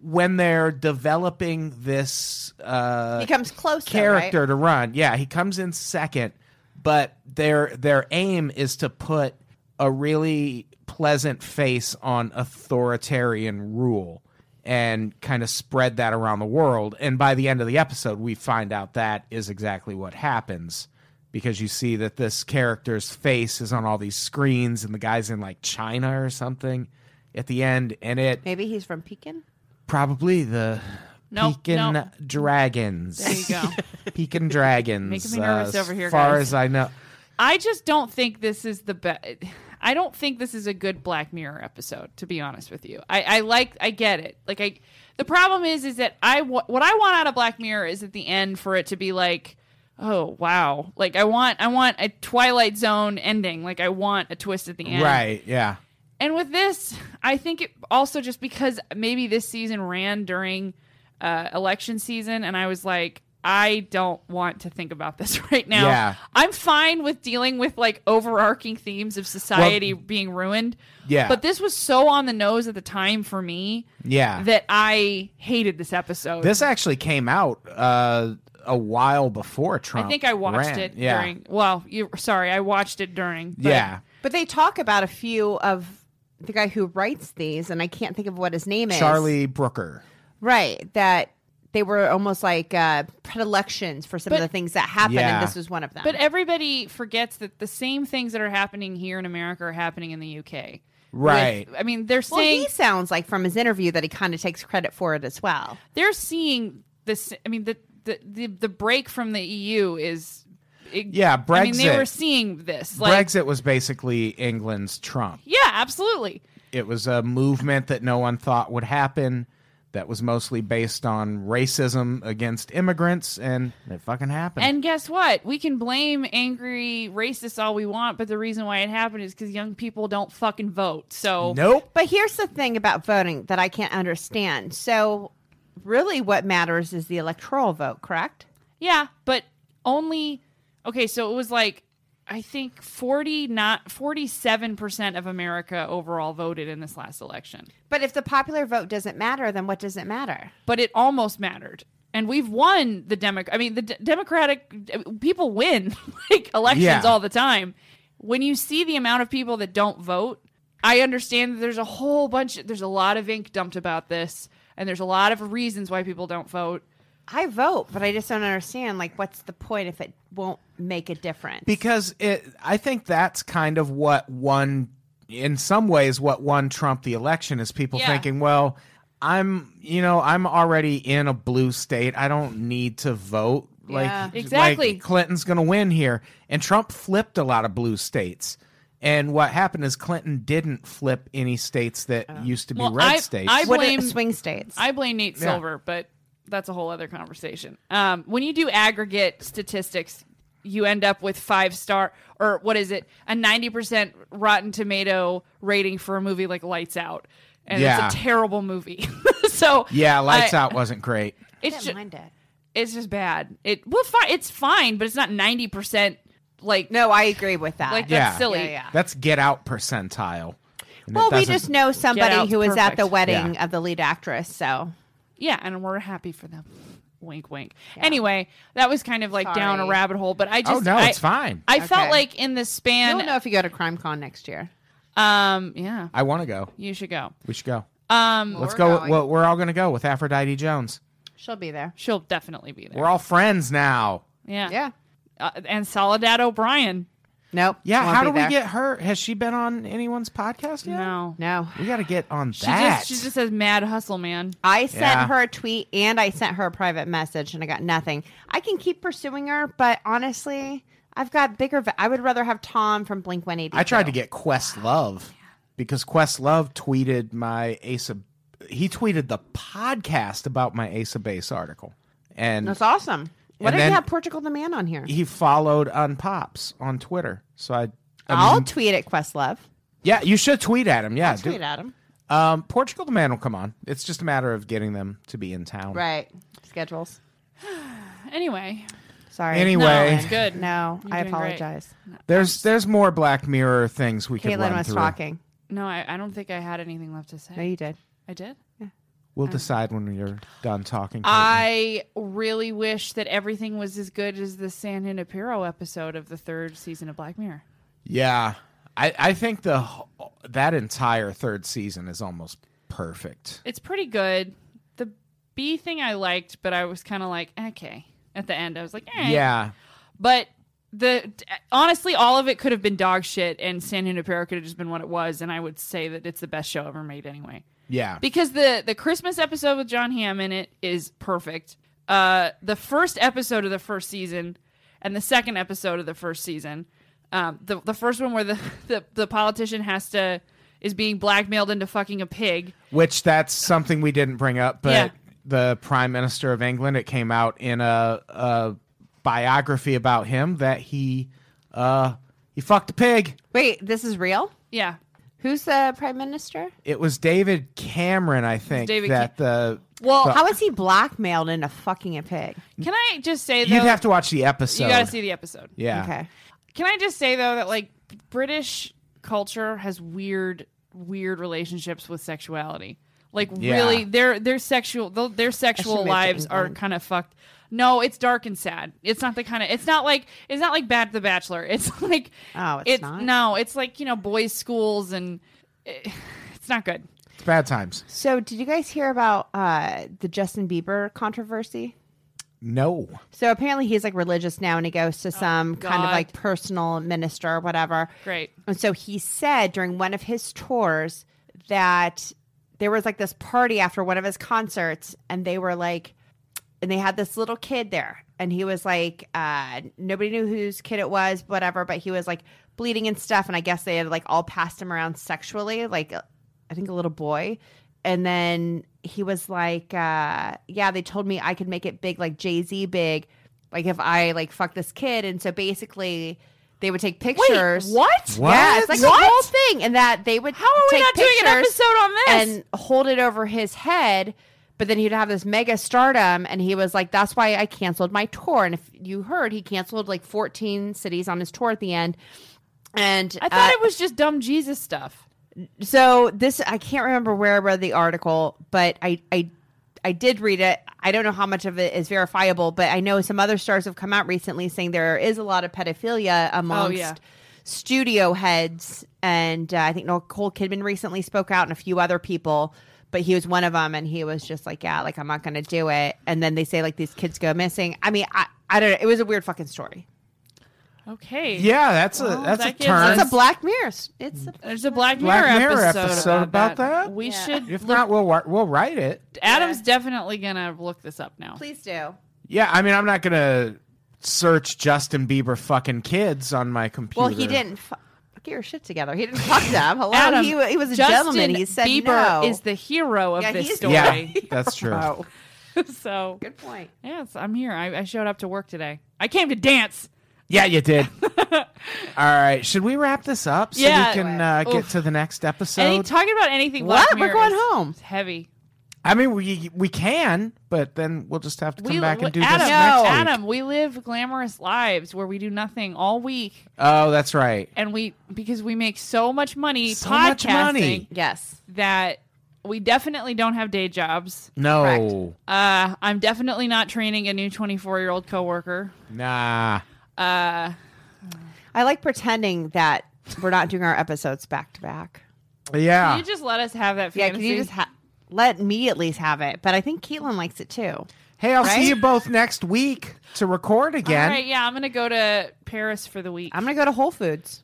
A: when they're developing this uh,
C: He comes close though, right?
A: character to run, yeah, he comes in second, but their their aim is to put a really pleasant face on authoritarian rule and kind of spread that around the world. And by the end of the episode, we find out that is exactly what happens because you see that this character's face is on all these screens and the guy's in like China or something at the end and it
C: Maybe he's from Pekin.
A: probably the
D: Nope,
A: Pekin
D: nope.
A: Dragons.
D: There you go.
A: <laughs> Pekin Dragons.
D: Making me nervous
A: uh,
D: over here,
A: As far
D: guys.
A: as I know.
D: I just don't think this is the best. I don't think this is a good Black Mirror episode, to be honest with you. I, I like, I get it. Like, I, the problem is, is that I, wa- what I want out of Black Mirror is at the end for it to be like, oh, wow. Like, I want, I want a Twilight Zone ending. Like, I want a twist at the end.
A: Right, yeah.
D: And with this, I think it also just because maybe this season ran during uh, election season, and I was like, I don't want to think about <laughs> this right now.
A: Yeah.
D: I'm fine with dealing with like overarching themes of society being ruined.
A: Yeah.
D: But this was so on the nose at the time for me
A: Yeah.
D: that I hated this episode.
A: This actually came out uh, a while before Trump.
D: I think I watched
A: ran.
D: it
A: yeah.
D: during. Well, you sorry, I watched it during. but-
A: yeah.
C: But they talk about a few of the guy who writes these, and I can't think of what his name is.
A: Charlie Brooker.
C: Right. That they were almost like uh, predilections for some
D: But-
C: of the things that happened,
A: Yeah.
C: and this was one of them.
D: But everybody forgets that the same things that are happening here in America are happening in the UK.
A: Right.
D: With- I mean, they're
C: well,
D: saying
C: he sounds like from his interview that he kind of takes credit for it as well.
D: they're seeing this. I mean, the the the, the break from the EU is. it-
A: Yeah,
D: I mean, they
A: Brexit.
D: were seeing this. Like,
A: Brexit was basically England's Trump.
D: Yeah, absolutely.
A: It was a movement that no one thought would happen that was mostly based on racism against immigrants, and it fucking happened.
D: And guess what? We can blame angry racists all we want, but the reason why it happened is because young people don't fucking vote. So
A: nope.
C: But here's the thing about voting that I can't understand. So, really, what matters is the electoral vote, correct?
D: Yeah, but only okay. So it was like I think forty not forty seven percent of America overall voted in this last election,
C: But if the popular vote doesn't matter, then what does it matter?
D: but it almost mattered. And we've won the demo. I mean, the d- Democratic people win <laughs> like elections
A: Yeah.
D: all the time. When you see the amount of people that don't vote, I understand that there's a whole bunch. There's a lot of ink dumped about this, and there's a lot of reasons why people don't vote.
C: I vote, but I just don't understand. Like, what's the point if it won't make a difference?
A: Because it, I think that's kind of what won, in some ways, what won Trump the election is people
D: Yeah.
A: thinking, well, I'm, you know, I'm already in a blue state. I don't need to vote.
C: Yeah.
A: Like
D: Exactly.
A: like, Clinton's going to win here, and Trump flipped a lot of blue states. And what happened is Clinton didn't flip any states that used to be
D: Well,
A: red
D: I-
A: states.
D: I-
C: what
D: blame-
C: are swing states?
D: I blame Nate
A: Yeah.
D: Silver, but that's a whole other conversation. Um, when you do aggregate statistics, you end up with five star or what is it? A ninety percent Rotten Tomato rating for a movie like Lights Out, and
A: Yeah.
D: it's a terrible movie. <laughs> so
A: yeah, lights
D: I-
A: out wasn't great.
D: It's
C: didn't
D: just,
C: mind it.
D: it's just bad. It well, fi- it's fine, but it's not ninety percent. Like
C: No, I agree with that.
D: like
A: Yeah.
D: that's silly.
C: Yeah, yeah.
A: That's get out percentile. And it
C: well, we
A: doesn't-
C: just know
D: Get
C: somebody
D: Out's
C: who was at the
D: perfect.
C: wedding
A: Yeah.
C: of the lead actress, so
D: Yeah, and we're happy for them. Wink, wink. Anyway, that was kind of like down a
C: Sorry.
D: rabbit hole, but I just
A: Oh no,
D: I-
A: it's fine.
D: I felt
C: Okay.
D: like in the
C: I
D: span
C: don't know if you go to Crime Con next year.
D: Um, yeah,
A: I want to go.
D: you should go.
A: We should go.
D: Um,
A: Let's
C: we're
A: go.
C: going.
A: Well, we're all going to go with Aphrodite Jones.
C: She'll be there.
D: she'll definitely be there.
A: We're all friends now.
D: yeah,
C: Yeah.
D: Uh, and Soledad O'Brien.
C: Nope.
A: Yeah.
C: won't
A: how
C: be
A: do we
C: there.
A: get her? Has she been on anyone's podcast yet?
D: No,
C: No.
A: We got to get on
D: she
A: that.
D: just she just says mad hustle, man.
C: I sent
A: Yeah.
C: her a tweet and I sent her a private message and I got nothing. I can keep pursuing her, but honestly, I've got bigger. va- I would rather have Tom from Blink 182.
A: I tried to get Quest Love because Quest Love tweeted my Ace of he tweeted the podcast about my Ace of Base article. And
C: That's awesome. What
A: And
C: if
A: then-
C: you have Portugal the Man on here?
A: he followed on Pops on Twitter. So I, I
C: I'll
A: mean,
C: tweet at Questlove.
A: yeah, you should tweet at him. Yeah,
C: Oh? I'll
A: do-
C: tweet at him.
A: Um, Portugal the Man will come on. It's just a matter of getting them to be in town.
C: Right. Schedules.
D: Anyway,
C: Sorry.
A: Anyway.
D: no, it's good.
C: No,
D: You're
C: I
D: doing great.
C: apologize.
A: There's there's more Black Mirror things we can
C: Caitlin
A: run
C: was
A: through.
C: talking.
D: No, I, I don't think I had anything left to say.
C: No, you did.
D: I did.
A: We'll decide when you're done talking. Caitlin.
D: I really wish that everything was as good as the San Junipero episode of the third season of Black Mirror.
A: yeah, I I think the wh- that entire third season is almost perfect.
D: It's pretty good. The B thing I liked, but I was kind of like, okay. At the end, I was like, eh.
A: Yeah,
D: But the honestly, all of it could have been dog shit, and San Junipero could have just been what it was, and I would say that it's the best show ever made anyway.
A: yeah.
D: Because the the Christmas episode with John Hamm in it is perfect. Uh, the first episode of the first season and the second episode of the first season. Um, the the first one where the, <laughs> the the politician has to is being blackmailed into fucking a pig.
A: Which that's something we didn't bring up, but
D: Yeah.
A: the Prime Minister of England. It came out in a, a biography about him that he uh he fucked a pig.
C: Wait, this is real?
D: Yeah,
C: Who's the prime minister?
A: It was David Cameron, I think,
D: David
A: that the
D: Well,
A: the-
C: How is he blackmailed into fucking a pig?
D: can I just say though?
A: you'd have to watch the episode.
D: you got to see the episode.
A: Yeah.
C: Okay.
D: Can I just say though that like British culture has weird, weird relationships with sexuality. Like
A: Yeah.
D: really, their their sexual their- their
C: move
D: sexual
C: to
D: lives are
C: England.
D: kind of fucked. No, it's dark and sad. It's not the kind of. It's not like it's not like Bad the Bachelor. It's <laughs> like
C: Oh, it's not?
D: no. It's like you know boys' schools and eh, it's not good.
A: It's bad times.
C: So, did you guys hear about uh, the Justin Bieber controversy?
A: No.
C: So apparently he's like religious now, and he goes to some kind of
D: God.
C: like personal minister or whatever.
D: Great.
C: And so he said during one of his tours that there was like this party after one of his concerts, and they were like, and they had this little kid there, and he was like, uh, nobody knew whose kid it was, whatever, but he was like bleeding and stuff, and I guess they had like all passed him around sexually, like I think a little boy, and then he was like, uh, yeah, they told me I could make it big, like Jay Z big, like if I like fuck this kid, and so basically. They would take
D: Wait,
C: pictures.
D: what?
C: Yeah, it's like
D: What?
C: a whole thing, and that they would.
D: How are we
C: take
D: not doing an
C: pictures
D: episode on this?
C: And hold it over his head, but then he'd have this mega stardom, and he was like, "That's why I canceled my tour." And if you heard, he canceled like 14 cities on his tour at the end. And
D: I thought
C: uh,
D: it was just dumb Jesus stuff.
C: so this I can't remember where I read the article, but I I I did read it. I don't know how much of it is verifiable, but I know some other stars have come out recently saying there is a lot of pedophilia amongst
D: Oh, yeah.
C: studio heads, and uh, I think Nicole Kidman recently spoke out, and a few other people. But he was one of them, and he was just like, "Yeah, like I'm not going to do it." And then they say like these kids go missing. I mean, I I don't know. It was a weird fucking story.
D: Okay.
A: Yeah, that's a that's
D: that
A: a
D: gives
A: turn.
D: us
C: It's a Black Mirror. It's a
D: There's a Black Mirror,
A: Black Mirror
D: episode,
A: episode
D: about,
A: about
D: that.
A: that?
D: We
C: Yeah.
D: should.
A: if
D: look-
A: not, we'll wi- we'll write it.
D: Adam's definitely gonna look this up now.
C: please do.
A: Yeah, I mean, I'm not gonna search Justin Bieber fucking kids on my computer.
C: Well, he didn't fu- get your shit together. He didn't fuck them. Hello,
D: Adam,
C: he, wa- he was a
D: Justin
C: gentleman. He said
D: Bieber
C: no.
D: is the hero of
C: Yeah,
D: this
C: he's-
D: story.
A: Yeah,
D: <laughs>
A: that's true.
C: oh,
D: so
C: good point.
D: yes, I'm here. I, I showed up to work today. I came to dance.
A: Yeah, you
D: <laughs>
A: did. All right, should we wrap this up so
D: Yeah.
A: we can uh, get
D: Oof.
A: to the next episode?
D: Any, talking about anything.
C: What?
D: Black
C: We're
D: Mirror
C: going
D: is-
C: home.
D: It's heavy.
A: I mean, we we can, but then we'll just have to come
D: we,
A: back and do
D: Adam,
A: this
D: no.
A: next week.
D: Adam, we live glamorous lives where we do nothing all week,
A: Oh, that's right.
D: and we because we make so much money
A: So much
D: podcasting
A: money.
C: Yes.
D: that we definitely don't have day jobs.
A: No,
C: Correct.
D: Uh, I'm definitely not training a new 24 year old coworker.
A: nah.
D: Uh,
C: I like pretending that we're not doing our episodes back to back.
A: Yeah,
D: Can you just let us have that
C: Yeah,
D: fantasy?
C: can you just ha- let me at least have it? But I think Caitlin likes it too.
A: Hey, I'll
C: Right?
A: see you both next week to record
D: All
A: again.
D: right, yeah, I'm gonna go to Paris for the week.
C: I'm gonna go to Whole Foods.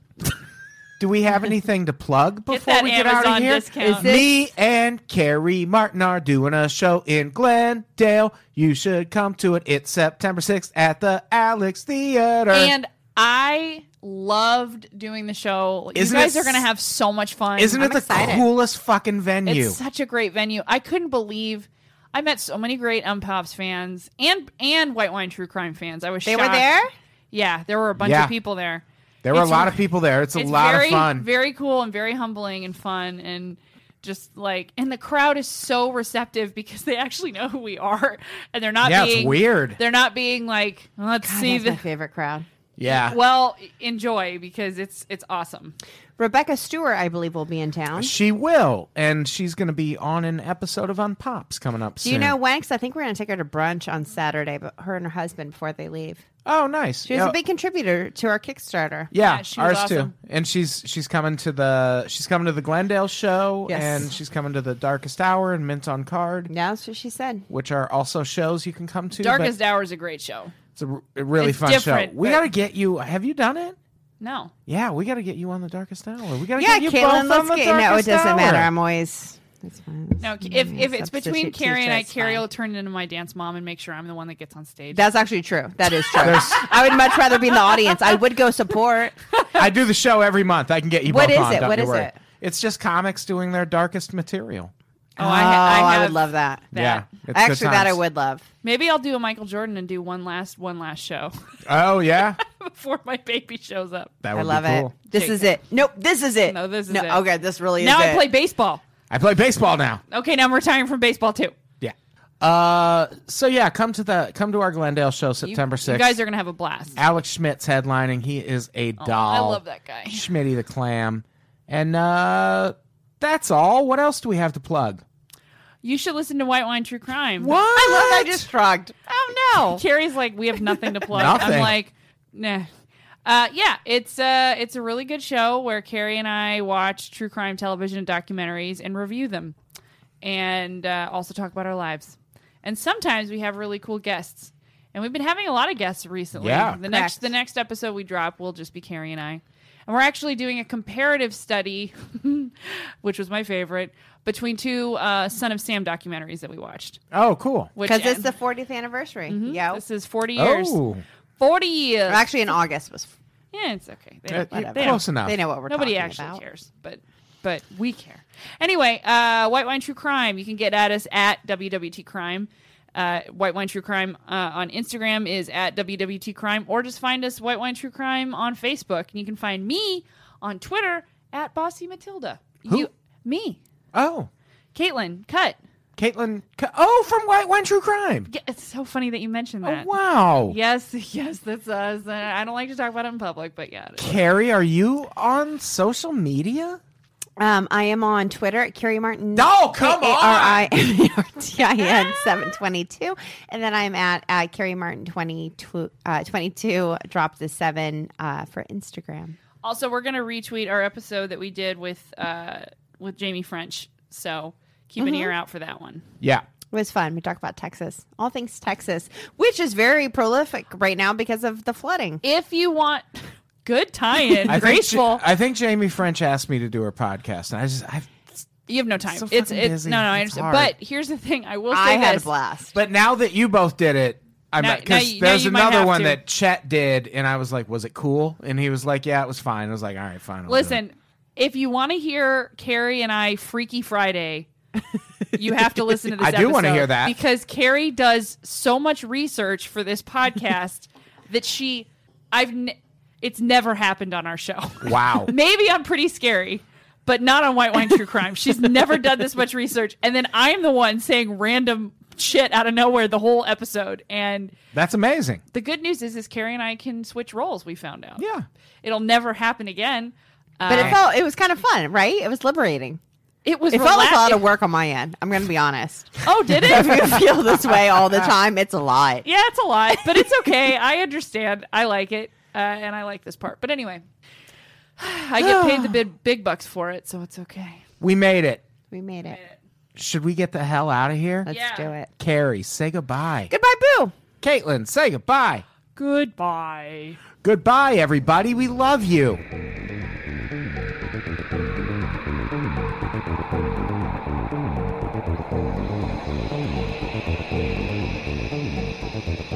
A: Do we
D: <laughs>
A: have anything to plug before
D: that
A: we get out
D: Amazon
A: of here?
D: discount. Is this-
A: Me and Carrie Martin are doing a show in Glendale. You should come to it. It's September 6th at the Alex Theater.
D: and I loved doing the show.
A: Isn't
D: you guys
A: it
D: are gonna
A: s-
D: have so much fun.
A: Isn't
C: I'm
A: it the
C: excited.
A: coolest fucking venue?
D: It's such a great venue. I couldn't believe I met so many great Umpops fans and and White Wine True Crime fans. I was
C: They
D: shocked.
C: were there.
D: Yeah, there were a bunch
A: Yeah.
D: of people there.
A: There were a
D: it's-
A: lot of people there. It's a
D: it's
A: lot
D: very,
A: of fun.
D: Very cool and very humbling and fun and just like and the crowd is so receptive because they actually know who we are and they're not
A: yeah,
D: being
A: it's weird.
D: They're not being like, let's
C: God,
D: see
C: that's my
D: the
C: favorite crowd.
A: Yeah.
D: well, enjoy because it's it's awesome.
C: Rebecca Stewart, I believe, will be in town.
A: she will, and she's going to be on an episode of Unpops coming up
C: Do
A: soon.
C: you know Wanks? I think we're gonna take her to brunch on Saturday, but her and her husband before they leave.
A: Oh, nice.
C: She was
A: Yeah.
C: a big contributor to our Kickstarter.
A: Yeah,
D: Yeah, she was
A: ours
D: awesome.
A: too. And she's she's coming to the she's coming to the Glendale show,
C: Yes.
A: and she's coming to the Darkest Hour and Mint on Card,
C: Yeah, that's what she said.
A: which are also shows you can come to. but
D: Darkest Hour is a great show.
A: it's a r- a really
D: It's
A: fun show.
D: different,
A: We
D: but-
A: got to get you. Have you done it?
D: No.
A: Yeah, we got to get you on the Darkest Hour. We got to
C: Yeah,
A: get you
C: Caitlin,
A: both
C: let's
A: on the
C: get.
A: Darkest
C: No, it doesn't
A: Hour. <laughs>
C: matter. I'm always. That's fine. Mm, That's
D: No,
C: fine.
D: if
C: I'm a
D: if it's between
C: substitute
D: Carrie and I,
C: teacher,
D: Carrie will
C: it's fine.
D: turn into my dance mom and make sure I'm the one that gets on stage.
C: That's actually true. That is true. I would much rather be in the audience. I would go
D: <laughs>
C: support.
A: I do the show every month. I can get you
C: What
A: both
C: is
A: on.
C: it?
A: Don't
C: What
A: you
C: is
A: worry.
C: it?
A: It's just comics doing their darkest material.
D: oh,
C: I
D: have-
C: would love that.
A: Yeah,
D: That.
A: it's good
C: actually, that I
A: times.
C: would love.
D: Maybe I'll do a Michael Jordan and do one last one last show <laughs>
A: Oh
C: <laughs>
A: yeah,
D: before my baby shows up.
A: that would
C: I love
A: be cool.
C: it. This
D: Jake.
C: is it. Nope. This is it.
D: No, this is it.
C: Okay, this really
D: now
C: is
D: I
C: it.
D: play baseball.
A: I play baseball now.
D: Okay, now I'm retiring from baseball too.
A: Yeah. Uh, so yeah, come to the come to our Glendale show September
D: You
A: sixth.
D: guys are gonna have a blast.
A: Alex Schmidt's headlining. He is a doll.
D: I love that guy.
A: Schmitty the clam, and uh, that's all. What else do we have to plug?
D: You should listen to White Wine True Crime.
A: What?
C: <laughs> I love. that I just shrugged.
D: <laughs> Oh no. Carrie's like, we have nothing to plug.
A: Nothing.
D: I'm like, nah. Uh, yeah, it's uh, it's a really good show where Carrie and I watch true crime television and documentaries and review them, and uh, also talk about our lives. And sometimes we have really cool guests, and we've been having a lot of guests recently.
A: Yeah.
D: the next
C: Correct.
D: the next episode we drop will just be Carrie and I, and we're actually doing a comparative study, <laughs> which was my favorite, between two uh, Son of Sam documentaries that we watched.
A: Oh, cool.
D: Which Mm-hmm.
C: because it's the 40th anniversary. Yeah,
D: this is forty years,
A: Oh,
D: forty years.
C: Or actually in August was.
D: yeah, it's okay. They-
A: Uh,
D: they
A: yeah,
D: don't-
A: close enough.
C: They know what we're
D: Nobody
C: talking
D: actually
C: about.
D: cares, but but we care. Anyway, uh, White Wine True Crime. You can get at us at WWT Crime. Uh, White Wine True Crime uh, on Instagram is at WWT Crime, or just find us White Wine True Crime on Facebook. And you can find me on Twitter at Bossy Matilda.
A: Who?
D: You, me,
A: Oh,
D: Caitlin, cut.
A: Caitlin. Ca- Oh, from White Wine True Crime.
D: Yeah, it's so funny that you mentioned
A: Oh,
D: that.
A: wow.
D: Yes, <laughs> yes, that's us. I don't like to talk about it in public, but yeah. it is.
A: Carrie, are you on social media?
C: Um, I am on Twitter at Carrie Martin.
A: No, come
C: K A R I M A R T
A: <laughs>
C: I N 722. And then I'm at uh, Carrie Martin 22, uh, 22, drop the seven uh, for Instagram.
D: Also, we're gonna retweet our episode that we did with uh, with Jamie French. So keep an
A: Mm-hmm.
D: ear out for that one.
A: Yeah.
C: It was fun. We talked about Texas, all things Texas, which is very prolific right now because of the flooding.
D: If you want <laughs> good
A: <laughs>
D: tie-in,
A: I think,
D: graceful.
A: Ja- I think Jamie French asked me to do her podcast, and I just, I've,
D: you have no time.
A: so
D: it's
A: fucking
D: it's
A: busy.
D: no no. I
A: It's
D: understand.
A: hard.
D: But here's the thing. I will say
C: I had a
D: this.
C: blast.
A: but now that you both did it, I'm
D: Now- now
A: because
D: you- now
A: there's
D: you might have
A: another one
D: to.
A: that Chet did, and I was like, was it cool? And he was like, yeah, it was fine. I was like, all right, fine. I'll do it."
D: Listen, if you want to hear Carrie and I
A: <laughs>
D: Freaky Friday, you have to listen to this
A: I do wanna
D: episode
A: hear that.
D: Because Carrie does so much research for
A: <laughs>
D: this podcast that she I've ne- it's never happened on our
A: <laughs>
D: show. <laughs>
A: Wow.
D: Maybe I'm pretty scary, but not on White Wine True Crime. She's never done this much research. And then I'm the one saying random shit out of nowhere the whole episode. And
A: That's amazing.
D: the good news is, is Carrie and I can switch roles. We found out.
A: Yeah.
D: It'll never happen again. Uh,
C: But it felt, it was kind of fun, right? It was liberating.
D: It was
C: It felt like a
D: relaxing.
C: lot of work on my end. I'm going to be honest. <laughs>
D: Oh, did
C: if
D: it?
C: you feel this way all
D: <laughs>
C: the time, it's a lot.
D: yeah, it's a lot, but it's okay. I understand. I like it, uh, and I like this part. But anyway, <sighs> I get paid the big big bucks for it, so it's okay.
A: We made it.
C: We made it.
A: Should we get the hell out of here?
C: Let's
D: Yeah.
C: do it.
A: Carrie, say goodbye.
C: Goodbye, Boo.
A: Caitlin, say goodbye.
D: Goodbye.
A: Goodbye, everybody. We love you.
B: Thank you.